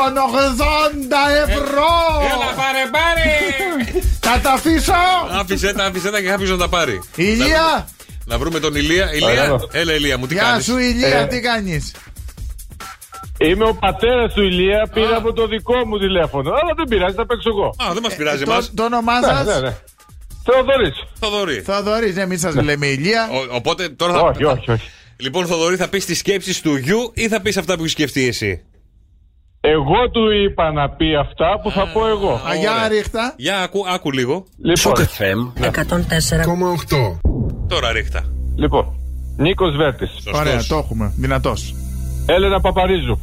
[SPEAKER 5] ευρώ
[SPEAKER 3] Έλα, πάρε, πάρε.
[SPEAKER 5] Θα τα αφήσω
[SPEAKER 3] Άφησε τα, άφησε τα και κάποιος να τα πάρει.
[SPEAKER 5] Ηλία
[SPEAKER 3] Να βρούμε τον Ηλία. Ηλία,
[SPEAKER 5] Παρακαλώ.
[SPEAKER 3] έλα Ηλία μου, τι
[SPEAKER 5] Γεια
[SPEAKER 3] κάνεις
[SPEAKER 5] σου Ηλία τι κάνεις
[SPEAKER 16] Είμαι ο πατέρας του Ηλία, πήρα από το δικό μου τηλέφωνο. Αλλά δεν πειράζει, θα παίξω εγώ.
[SPEAKER 3] Α, δεν μας πειράζει
[SPEAKER 5] Ε, το-
[SPEAKER 3] εμάς.
[SPEAKER 5] Το όνομά
[SPEAKER 16] Ναι,
[SPEAKER 5] σας
[SPEAKER 16] Θεοδωρή.
[SPEAKER 3] Θοδωρή.
[SPEAKER 5] Θοδωρής ναι, μην σας λέμε Ηλία
[SPEAKER 3] Ο- Οπότε τώρα θα.
[SPEAKER 16] Όχι, όχι, όχι.
[SPEAKER 3] Λοιπόν, Θοδωρή, θα πεις τις σκέψεις του γιου ή θα πεις αυτά που έχεις σκεφτεί εσύ.
[SPEAKER 16] Εγώ του είπα να πει αυτά που θα πω εγώ.
[SPEAKER 5] Α, Για ρίχτα
[SPEAKER 3] Για άκου, άκου λίγο.
[SPEAKER 16] Λοιπόν,
[SPEAKER 4] FM
[SPEAKER 11] 104,8
[SPEAKER 3] Τώρα ρίχτα.
[SPEAKER 16] λοιπόν Νίκος Βέρτης.
[SPEAKER 5] Ωραία το έχουμε δυνατός
[SPEAKER 16] Έλενα Παπαρίζου.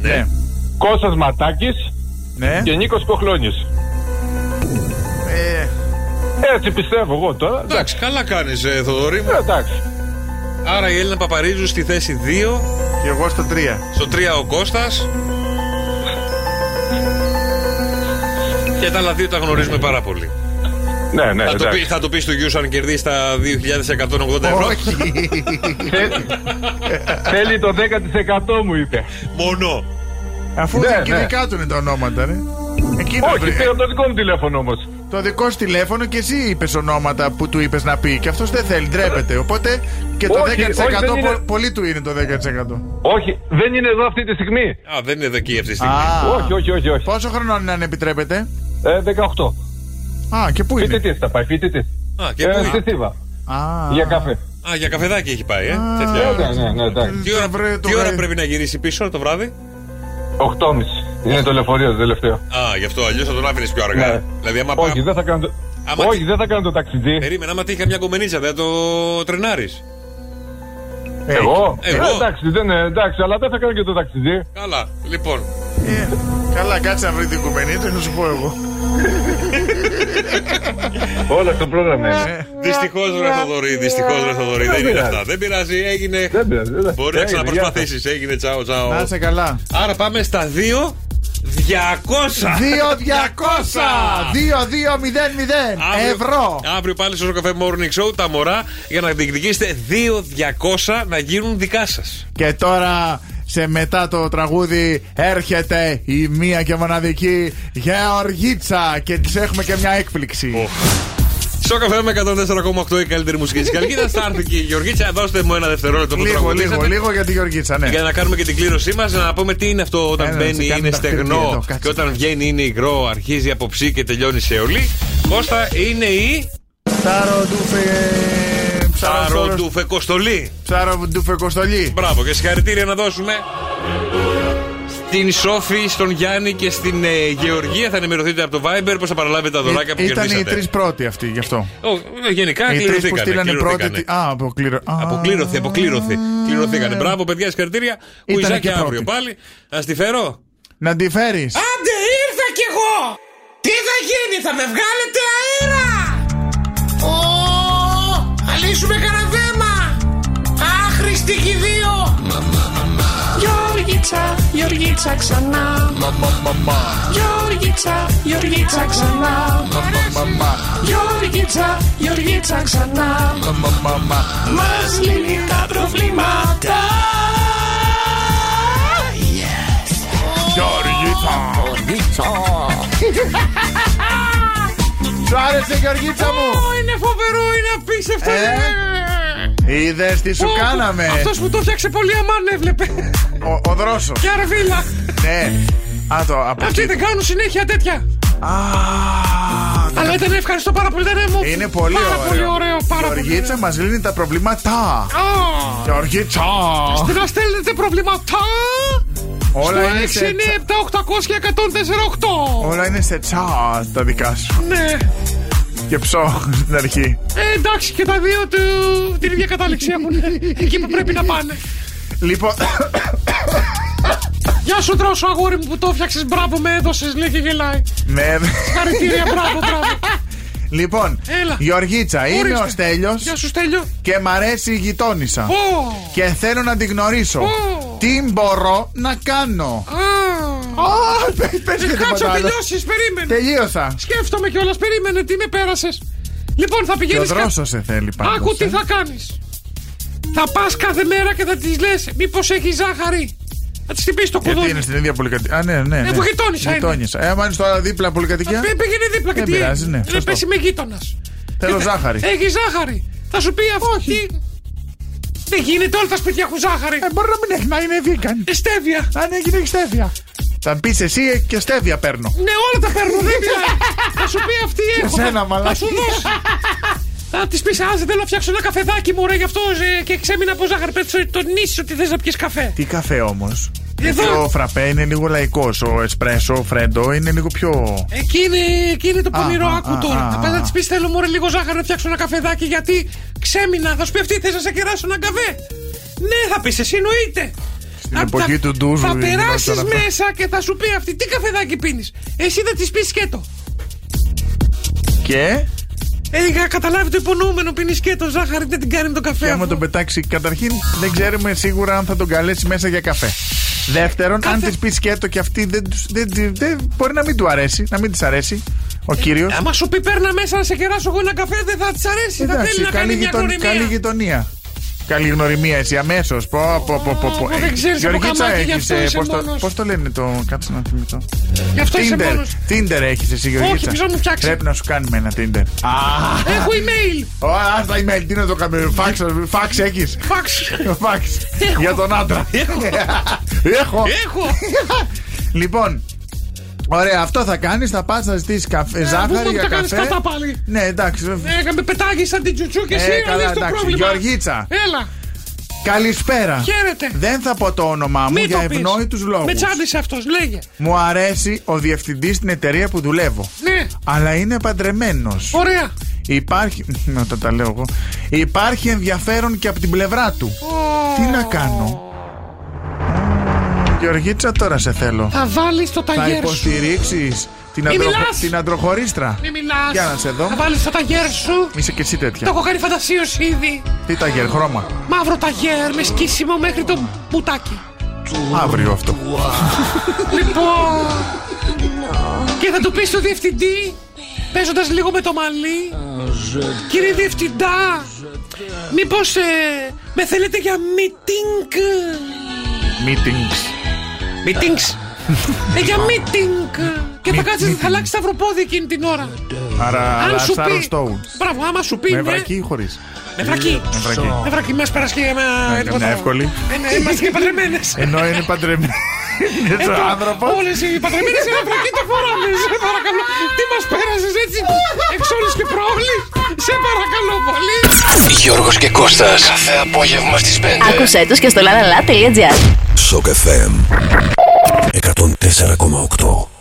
[SPEAKER 5] Ναι
[SPEAKER 16] Κώστας Ματάκης.
[SPEAKER 5] Ναι
[SPEAKER 16] Και Νίκος Κοχλόνη.
[SPEAKER 5] Ε,
[SPEAKER 16] Έτσι πιστεύω εγώ τώρα.
[SPEAKER 3] Εντάξει, καλά κάνεις, Θοδωρή μου.
[SPEAKER 16] Ε, Εντάξει.
[SPEAKER 3] Άρα η Έλληνα Παπαρίζου στη θέση 2.
[SPEAKER 5] Και εγώ στο 3
[SPEAKER 3] Στο 3 ο Κώστας. Και τα άλλα δύο τα γνωρίζουμε πάρα πολύ.
[SPEAKER 16] Ναι, ναι,
[SPEAKER 3] θα, το πει,
[SPEAKER 16] Ε, εντάξει.
[SPEAKER 3] θα το πει του γιου σου αν κερδίσει τα 2.180 ευρώ.
[SPEAKER 5] Όχι
[SPEAKER 16] Θέλει το 10% μου είπε.
[SPEAKER 3] Μόνο.
[SPEAKER 5] Αφού
[SPEAKER 16] Ναι,
[SPEAKER 5] ναι,
[SPEAKER 16] ναι.
[SPEAKER 5] δικά του είναι τα ονόματα ρε
[SPEAKER 12] Ε,
[SPEAKER 5] Εκεί να βρει-
[SPEAKER 16] Όχι, πήρα από το δικό μου τηλέφωνο όμως.
[SPEAKER 5] Το δικό σου τηλέφωνο και εσύ είπες ονόματα που του είπες να πει. Και αυτός δεν θέλει, ντρέπεται. Οπότε και το
[SPEAKER 16] Όχι,
[SPEAKER 5] 10%
[SPEAKER 16] όχι, δεν
[SPEAKER 5] πο-
[SPEAKER 16] είναι.
[SPEAKER 5] πολύ του είναι το 10%.
[SPEAKER 16] Όχι, δεν είναι εδώ αυτή τη στιγμή.
[SPEAKER 3] Α, δεν είναι δική αυτή τη στιγμή.
[SPEAKER 5] Α,
[SPEAKER 16] Όχι, όχι, όχι. όχι.
[SPEAKER 5] Πόσο χρονών είναι αν επιτρέπεται.
[SPEAKER 16] Ε, 18.
[SPEAKER 5] Α, και πού είναι.
[SPEAKER 16] Φοιτητή θα πάει, φοιτητή.
[SPEAKER 3] Α, και πού
[SPEAKER 16] Ε,
[SPEAKER 3] είναι.
[SPEAKER 16] στη Θήβα.
[SPEAKER 5] Α,
[SPEAKER 16] Για καφέ.
[SPEAKER 3] Α, για καφεδάκι έχει πάει, ε.
[SPEAKER 5] Α.
[SPEAKER 3] Τέτοια
[SPEAKER 16] Ε,
[SPEAKER 3] ώρα.
[SPEAKER 16] Ναι, ναι, ναι, εντάξει.
[SPEAKER 3] Τι ώρα,
[SPEAKER 5] Το βρε- το
[SPEAKER 3] τι ώρα
[SPEAKER 5] βρε-
[SPEAKER 3] πρέπει να γυρίσει πίσω το βράδυ.
[SPEAKER 16] 8.30 είναι το λεωφορείο το τελευταίο.
[SPEAKER 3] Α, γι' αυτό αλλιώς θα τον άφηνες πιο αργά.
[SPEAKER 16] Ναι.
[SPEAKER 3] Δηλαδή, άμα
[SPEAKER 16] Όχι,
[SPEAKER 3] πά-
[SPEAKER 16] δεν θα κάνω το...
[SPEAKER 3] Άμα
[SPEAKER 16] Όχι,
[SPEAKER 3] τι-
[SPEAKER 16] δεν θα κάνω το ταξιτζή.
[SPEAKER 3] Περίμενα, άμα τύχει καμιά κομμενίτσα, δεν θα το τρενάρεις.
[SPEAKER 16] Εγώ.
[SPEAKER 3] εγώ.
[SPEAKER 16] Ε, Εντάξει, δεν είναι, εντάξει, αλλά δεν θα κάνω και το ταξιτζή.
[SPEAKER 3] Καλά, λοιπόν.
[SPEAKER 5] ε, Καλά, κάτσε να βρει την κουμενίτσα, θα σου πω εγώ.
[SPEAKER 16] Όλα στο πρόγραμμα είναι.
[SPEAKER 5] Ε,
[SPEAKER 3] Δυστυχώς ρε Θοδωρή, δυστυχώς ρε Θοδωρή. Δεν είναι
[SPEAKER 16] πειράζει.
[SPEAKER 3] αυτά. Δεν πειράζει, έγινε.
[SPEAKER 16] Δεν πειράζει, δεν πειράζει.
[SPEAKER 3] Μπορεί να
[SPEAKER 16] Έγινε, γεια σας.
[SPEAKER 3] ξαναπροσπαθήσεις. Έγινε, τσαο, τσαο.
[SPEAKER 5] Να είσαι καλά.
[SPEAKER 3] Άρα πάμε στα 2. 200
[SPEAKER 5] 2.200 ευρώ.
[SPEAKER 3] Αύριο πάλι στο Καφέ Morning Show τα μωρά για να διεκδικήσετε 2.200 να γίνουν δικά σας.
[SPEAKER 5] Και τώρα σε μετά το τραγούδι έρχεται η μία και μοναδική Γεωργίτσα και της έχουμε και μια έκπληξη.
[SPEAKER 3] Στο καφέ με 104,8 η καλύτερη μουσική της Καλκίδα. Θα έρθει και η Γεωργίτσα. Δώστε μου ένα δευτερόλεπτο που
[SPEAKER 5] Λίγο, λίγο,
[SPEAKER 3] τραγουδίσατε.
[SPEAKER 5] λίγο για τη Γεωργίτσα, ναι.
[SPEAKER 3] Για να κάνουμε και την κλήρωσή μας, να πούμε τι είναι αυτό όταν
[SPEAKER 5] Έλα, να σε
[SPEAKER 3] μπαίνει
[SPEAKER 5] κάνουν
[SPEAKER 3] είναι
[SPEAKER 5] τα χτύπια εδώ,
[SPEAKER 3] στεγνό
[SPEAKER 5] κάτσε.
[SPEAKER 3] και όταν βγαίνει είναι υγρό, αρχίζει από ψή και τελειώνει σε ολί. Κώστα είναι η
[SPEAKER 5] Ψαροντούφε.
[SPEAKER 3] ψαρό του φεκοστολή.
[SPEAKER 5] Ψαροντούφε Κοστολή.
[SPEAKER 3] Μπράβο και συγχαρητήρια να δώσουμε. Στην Σόφη, στον Γιάννη και στην ε, Γεωργία θα ενημερωθείτε από το Viber πώς θα παραλάβετε τα δωράκια που
[SPEAKER 5] Ήταν Ε, οι
[SPEAKER 3] κερδίσατε.
[SPEAKER 5] τρεις πρώτοι αυτοί γι' αυτό.
[SPEAKER 3] Ω, ε, γενικά
[SPEAKER 5] οι τρεις που
[SPEAKER 3] κληρωθήκανε.
[SPEAKER 5] στείλανε πρώτοι.
[SPEAKER 3] κληρωθήκανε.
[SPEAKER 5] τι- Α, αποκλήρω. α,
[SPEAKER 3] Αποκλήρωθη, αποκλήρωθη. Κληρωθήκανε. Μπράβο, παιδιά, συγχαρητήρια. Κουιζάκι
[SPEAKER 5] και πρώτη.
[SPEAKER 3] αύριο πάλι. Να στη φέρω.
[SPEAKER 5] Να τη φέρεις.
[SPEAKER 12] Άντε ήρθα κι εγώ! Τι θα γίνει, θα με βγάλετε αέρα! Ω, θα λύσουμε κανένα θέμα! Άχρηστη κι οι δύο! Γιώργιτσα, Γιώργιτσα ξανά Γιώργιτσα, Γιώργιτσα ξανά Γιώργιτσα, Γιώργιτσα ξανά Μας λύνει τα προβλήματα
[SPEAKER 5] Σου άρεσε η Γεωργίτσα μου.
[SPEAKER 12] Είναι φοβερό, είναι απίστευτο
[SPEAKER 5] Ε, Είδες τι σου κάναμε.
[SPEAKER 12] Αυτός που το φτιάξε πολύ αμάν έβλεπε
[SPEAKER 5] Ο- Ο δρόσος.
[SPEAKER 12] Και αρβίλα
[SPEAKER 5] Ναι. Α, το από
[SPEAKER 12] Αυτοί
[SPEAKER 5] εκεί.
[SPEAKER 12] δεν κάνουν συνέχεια τέτοια
[SPEAKER 5] Α, ναι. Ε,
[SPEAKER 12] Αλλά ήταν ευχαριστώ πάρα πολύ ήταν μου-
[SPEAKER 5] Είναι πολύ ωραίο.
[SPEAKER 12] Πάρα πολύ ωραίο πάρα πολύ
[SPEAKER 5] Γεωργίτσα μας λύνει τα προβλήματα.
[SPEAKER 12] Α,
[SPEAKER 5] Γεωργίτσα.
[SPEAKER 12] Να στέλνετε προβλήματα
[SPEAKER 5] Όλα είναι
[SPEAKER 3] Στο
[SPEAKER 5] σε
[SPEAKER 3] 6, 9, 7, 800 και 148.
[SPEAKER 5] Όλα είναι σε τσά τα δικά σου.
[SPEAKER 3] Ναι.
[SPEAKER 5] Και ψώ στην αρχή.
[SPEAKER 3] Ε, εντάξει, και τα δύο του την ίδια κατάληξη έχουν. Εκεί που πρέπει να πάνε.
[SPEAKER 5] Λοιπόν,
[SPEAKER 3] Γεια σου, τρώσου αγόρι μου που το έφτιαξες. Μπράβο, με έδωσες, λέει και γελάει.
[SPEAKER 5] ναι.
[SPEAKER 3] Συγχαρητήρια, μπράβο, μπράβο.
[SPEAKER 5] Λοιπόν,
[SPEAKER 3] Έλα.
[SPEAKER 5] Γεωργίτσα, είμαι
[SPEAKER 3] Ορίστε.
[SPEAKER 5] ο Στέλιος
[SPEAKER 3] Γεια σου, Στέλιο.
[SPEAKER 5] και μ' αρέσει η γειτόνισσα.
[SPEAKER 3] Ω.
[SPEAKER 5] Και θέλω να την γνωρίσω.
[SPEAKER 3] Ω.
[SPEAKER 5] Τι μπορώ να κάνω. Α, πες- πες και
[SPEAKER 3] Ε, Κάτσε
[SPEAKER 5] τίποτα
[SPEAKER 3] να
[SPEAKER 5] άλλο.
[SPEAKER 3] τελειώσεις, περίμενε.
[SPEAKER 5] Τελείωσα.
[SPEAKER 3] Σκέφτομαι κιόλας, περίμενε, τι με πέρασες. Λοιπόν, θα
[SPEAKER 5] Και ο
[SPEAKER 3] πηγαίνει.
[SPEAKER 5] δρόσο σε θέλει πάντως.
[SPEAKER 3] Άκου τι
[SPEAKER 5] ε.
[SPEAKER 3] θα κάνεις. Θα πας κάθε μέρα και θα της λες: Μήπως έχει ζάχαρη. Θα της την πει το
[SPEAKER 5] Γιατί είναι
[SPEAKER 3] κουδούνι.
[SPEAKER 5] στην ίδια πολυκατοικία. Α, ναι, ναι. ναι.
[SPEAKER 3] Ε, που γειτόνισσα είναι.
[SPEAKER 5] Γειτόνισσα. Ε, άμα είναι τώρα δίπλα πολυκατοικία.
[SPEAKER 3] Πέ- Πήγαινε δίπλα και
[SPEAKER 5] Δεν
[SPEAKER 3] τι
[SPEAKER 5] πειράζει, ναι.
[SPEAKER 3] έγινε. Ρε,
[SPEAKER 5] σωστό.
[SPEAKER 3] πες είμαι γείτονας.
[SPEAKER 5] Θέλω ζάχαρη.
[SPEAKER 3] Έχει ζάχαρη. Θα σου πει αυτή. Δεν γίνεται, όλα τα σπίτια έχουν ζάχαρη.
[SPEAKER 5] Ε, μπορεί να μην έχει, να είναι vegan.
[SPEAKER 3] Εστέβια.
[SPEAKER 5] Αν έγινε έχει στέβια. Θα πει εσύ ε, και στέβια παίρνω.
[SPEAKER 3] Ναι, όλα τα παίρνω, δεν πειράζει. θα σου πει αυτή
[SPEAKER 5] Και
[SPEAKER 3] έχω.
[SPEAKER 5] σένα,
[SPEAKER 3] Ε, θα- θα
[SPEAKER 5] μαλάκι.
[SPEAKER 3] σου δώσει. Θα της πεις, Α, δεν θέλω να φτιάξω ένα καφεδάκι μου, ρε, γι' αυτό ε, και ξέμεινα από ζάχαρη. Πρέπει το νύσει ότι θες να πιεις καφέ.
[SPEAKER 5] Τι καφέ όμως.
[SPEAKER 3] Εδώ.
[SPEAKER 5] Ο φραπέ είναι λίγο λαϊκός. Ο εσπρέσο, ο φρέντο είναι λίγο πιο.
[SPEAKER 3] Εκείνη, εκείνη το
[SPEAKER 5] Α,
[SPEAKER 3] πονηρό,
[SPEAKER 5] α,
[SPEAKER 3] Ε, άκου
[SPEAKER 5] α,
[SPEAKER 3] τώρα.
[SPEAKER 5] α,
[SPEAKER 3] Θα πα
[SPEAKER 5] α.
[SPEAKER 3] να της πεις: Θέλω μωρέ λίγο ζάχαρη να φτιάξω ένα καφεδάκι γιατί ξέμεινα. Θα σου πει αυτή: Θες να σε κεράσω έναν καφέ. Ναι, θα πεις εσύ, εννοείται.
[SPEAKER 5] Στην
[SPEAKER 3] Α,
[SPEAKER 5] εποχή
[SPEAKER 3] θα-
[SPEAKER 5] του ντουζου
[SPEAKER 3] Θα
[SPEAKER 5] γινόταν
[SPEAKER 3] περάσει
[SPEAKER 5] αυτό.
[SPEAKER 3] μέσα και θα σου πει αυτή: Τι καφεδάκι πίνεις. Εσύ θα της πεις σκέτο.
[SPEAKER 5] Και.
[SPEAKER 3] Ε, είχα καταλάβει το υπονοούμενο πίνει σκέτο. Ζάχαρη δεν την κάνει με τον καφέ.
[SPEAKER 5] Και άμα
[SPEAKER 3] αφού-
[SPEAKER 5] τον πετάξει, καταρχήν δεν ξέρουμε σίγουρα αν θα τον καλέσει μέσα για καφέ. Δεύτερον, αν της πεις σκέτο και αυτή δεν, τους- δεν, δεν, δεν- μπορεί να μην του αρέσει, να μην της αρέσει ο κύριος.
[SPEAKER 3] Άμα σου πει παίρνα μέσα να σε κεράσω εγώ ένα καφέ, δεν θα της αρέσει. θα θέλει να κάνει μια γνωριμία.
[SPEAKER 5] καλή γειτονία. Καλή γνωριμία, εσύ αμέσως. Πω, πω, πω, πω, Ε, πω.
[SPEAKER 3] Ω, δεν ξέρεις από καμάκι, γι' αυτό είσαι μόνος.
[SPEAKER 5] Πώς ε, το λένε το. Κάτσε να θυμηθώ.
[SPEAKER 3] Γι' αυτό είσαι
[SPEAKER 5] Tinder.
[SPEAKER 3] μόνος.
[SPEAKER 5] Tinder έχεις εσύ, Γεωργίτσα.
[SPEAKER 3] πες να μου φτιάξει.
[SPEAKER 5] Πρέπει να σου κάνουμε ένα Tinder.
[SPEAKER 3] Έχω email.
[SPEAKER 5] Ω, Άστα email, τι να το κάνουμε. Φάξ, φάξ έχει.
[SPEAKER 3] Φάξ.
[SPEAKER 5] Φάξ.
[SPEAKER 3] Έχω.
[SPEAKER 5] Για τον άντρα.
[SPEAKER 3] Έχω.
[SPEAKER 5] Έχω.
[SPEAKER 3] Έχω.
[SPEAKER 5] Λοιπόν, ωραία, αυτό θα κάνεις. Θα πας να ζητήσεις καφέ,
[SPEAKER 3] Αφού
[SPEAKER 5] ζάχαρη
[SPEAKER 3] μου
[SPEAKER 5] για
[SPEAKER 3] τα κάνεις
[SPEAKER 5] καφέ.
[SPEAKER 3] κατά πάλι.
[SPEAKER 5] Ναι, εντάξει.
[SPEAKER 3] Ε, με πετάγεις σαν την τσουτσού και
[SPEAKER 5] Ε,
[SPEAKER 3] εσύ,
[SPEAKER 5] καλά,
[SPEAKER 3] αλλά το
[SPEAKER 5] εντάξει.
[SPEAKER 3] πρόβλημα.
[SPEAKER 5] Γεωργίτσα.
[SPEAKER 3] Έλα,
[SPEAKER 5] Καλησπέρα.
[SPEAKER 3] χαίρετε.
[SPEAKER 5] Δεν θα πω το όνομά μου
[SPEAKER 3] Μη
[SPEAKER 5] για
[SPEAKER 3] το πεις.
[SPEAKER 5] ευνόητους λόγου.
[SPEAKER 3] Με τσάντισε αυτός, λέγε.
[SPEAKER 5] Μου αρέσει ο διευθυντής στην εταιρεία που δουλεύω.
[SPEAKER 3] Ναι,
[SPEAKER 5] Αλλά είναι παντρεμένος.
[SPEAKER 3] ωραία.
[SPEAKER 5] Υπάρχει. Να τα, τα λέω εγώ. Υπάρχει ενδιαφέρον και από την πλευρά του. Τι να κάνω. Γεωργίτσα, τώρα σε θέλω.
[SPEAKER 3] Θα βάλεις το
[SPEAKER 5] Θα
[SPEAKER 3] ταγέρ σου.
[SPEAKER 5] υποστηρίξεις την,
[SPEAKER 3] Μη
[SPEAKER 5] αντροχο-
[SPEAKER 3] μιλάς.
[SPEAKER 5] την αντροχωρίστρα.
[SPEAKER 3] Μη μιλάς.
[SPEAKER 5] Για να σε δω.
[SPEAKER 3] Θα βάλεις το ταγέρ σου.
[SPEAKER 5] Είσαι και εσύ τέτοια.
[SPEAKER 3] Το έχω κάνει φαντασίως ήδη.
[SPEAKER 5] Τι τα γελ, χρώμα.
[SPEAKER 3] Μαύρο ταγέρ με σκίσιμο μέχρι το μπουτάκι.
[SPEAKER 5] Αύριο αυτό.
[SPEAKER 3] Λοιπόν. Και θα του πεις στο διευθυντή, παίζοντας λίγο με το μαλλί. Κύριε Διευθυντά, μήπως με θέλετε για meeting.
[SPEAKER 5] Meetings.
[SPEAKER 3] Meetings. ε, για meeting. Και θα κάτσεις, θα αλλάξεις σταυροπόδι εκείνη την ώρα.
[SPEAKER 5] Άρα,
[SPEAKER 3] Αν
[SPEAKER 5] άρα
[SPEAKER 3] σου
[SPEAKER 5] Sharon
[SPEAKER 3] πει.
[SPEAKER 5] Stone.
[SPEAKER 3] Μπράβο, άμα σου πει.
[SPEAKER 5] Με
[SPEAKER 3] ναι.
[SPEAKER 5] βρακή ή χωρίς.
[SPEAKER 3] Με βρακή.
[SPEAKER 5] Με βρακή.
[SPEAKER 3] Με βρακή, μας περάσεις
[SPEAKER 5] Ναι, ήταν εύκολη.
[SPEAKER 3] Ε, ναι, Είμαστε και παντρεμένες.
[SPEAKER 5] Ενώ είναι παντρεμένη.
[SPEAKER 3] Ε,
[SPEAKER 5] Είναι ο άνθρωπος.
[SPEAKER 3] Όλες οι παντρεμένε είναι βρακή το φοράμε. Σε παρακαλώ. Τι μας πέρασες έτσι. Εξ όλους και προόλης. Σε παρακαλώ πολύ.
[SPEAKER 4] Γιώργος και Κώστας. Κάθε απόγευμα στις 5.
[SPEAKER 17] Άκουσέ τους και στο lalala.gr
[SPEAKER 18] Σοκ FM 104,8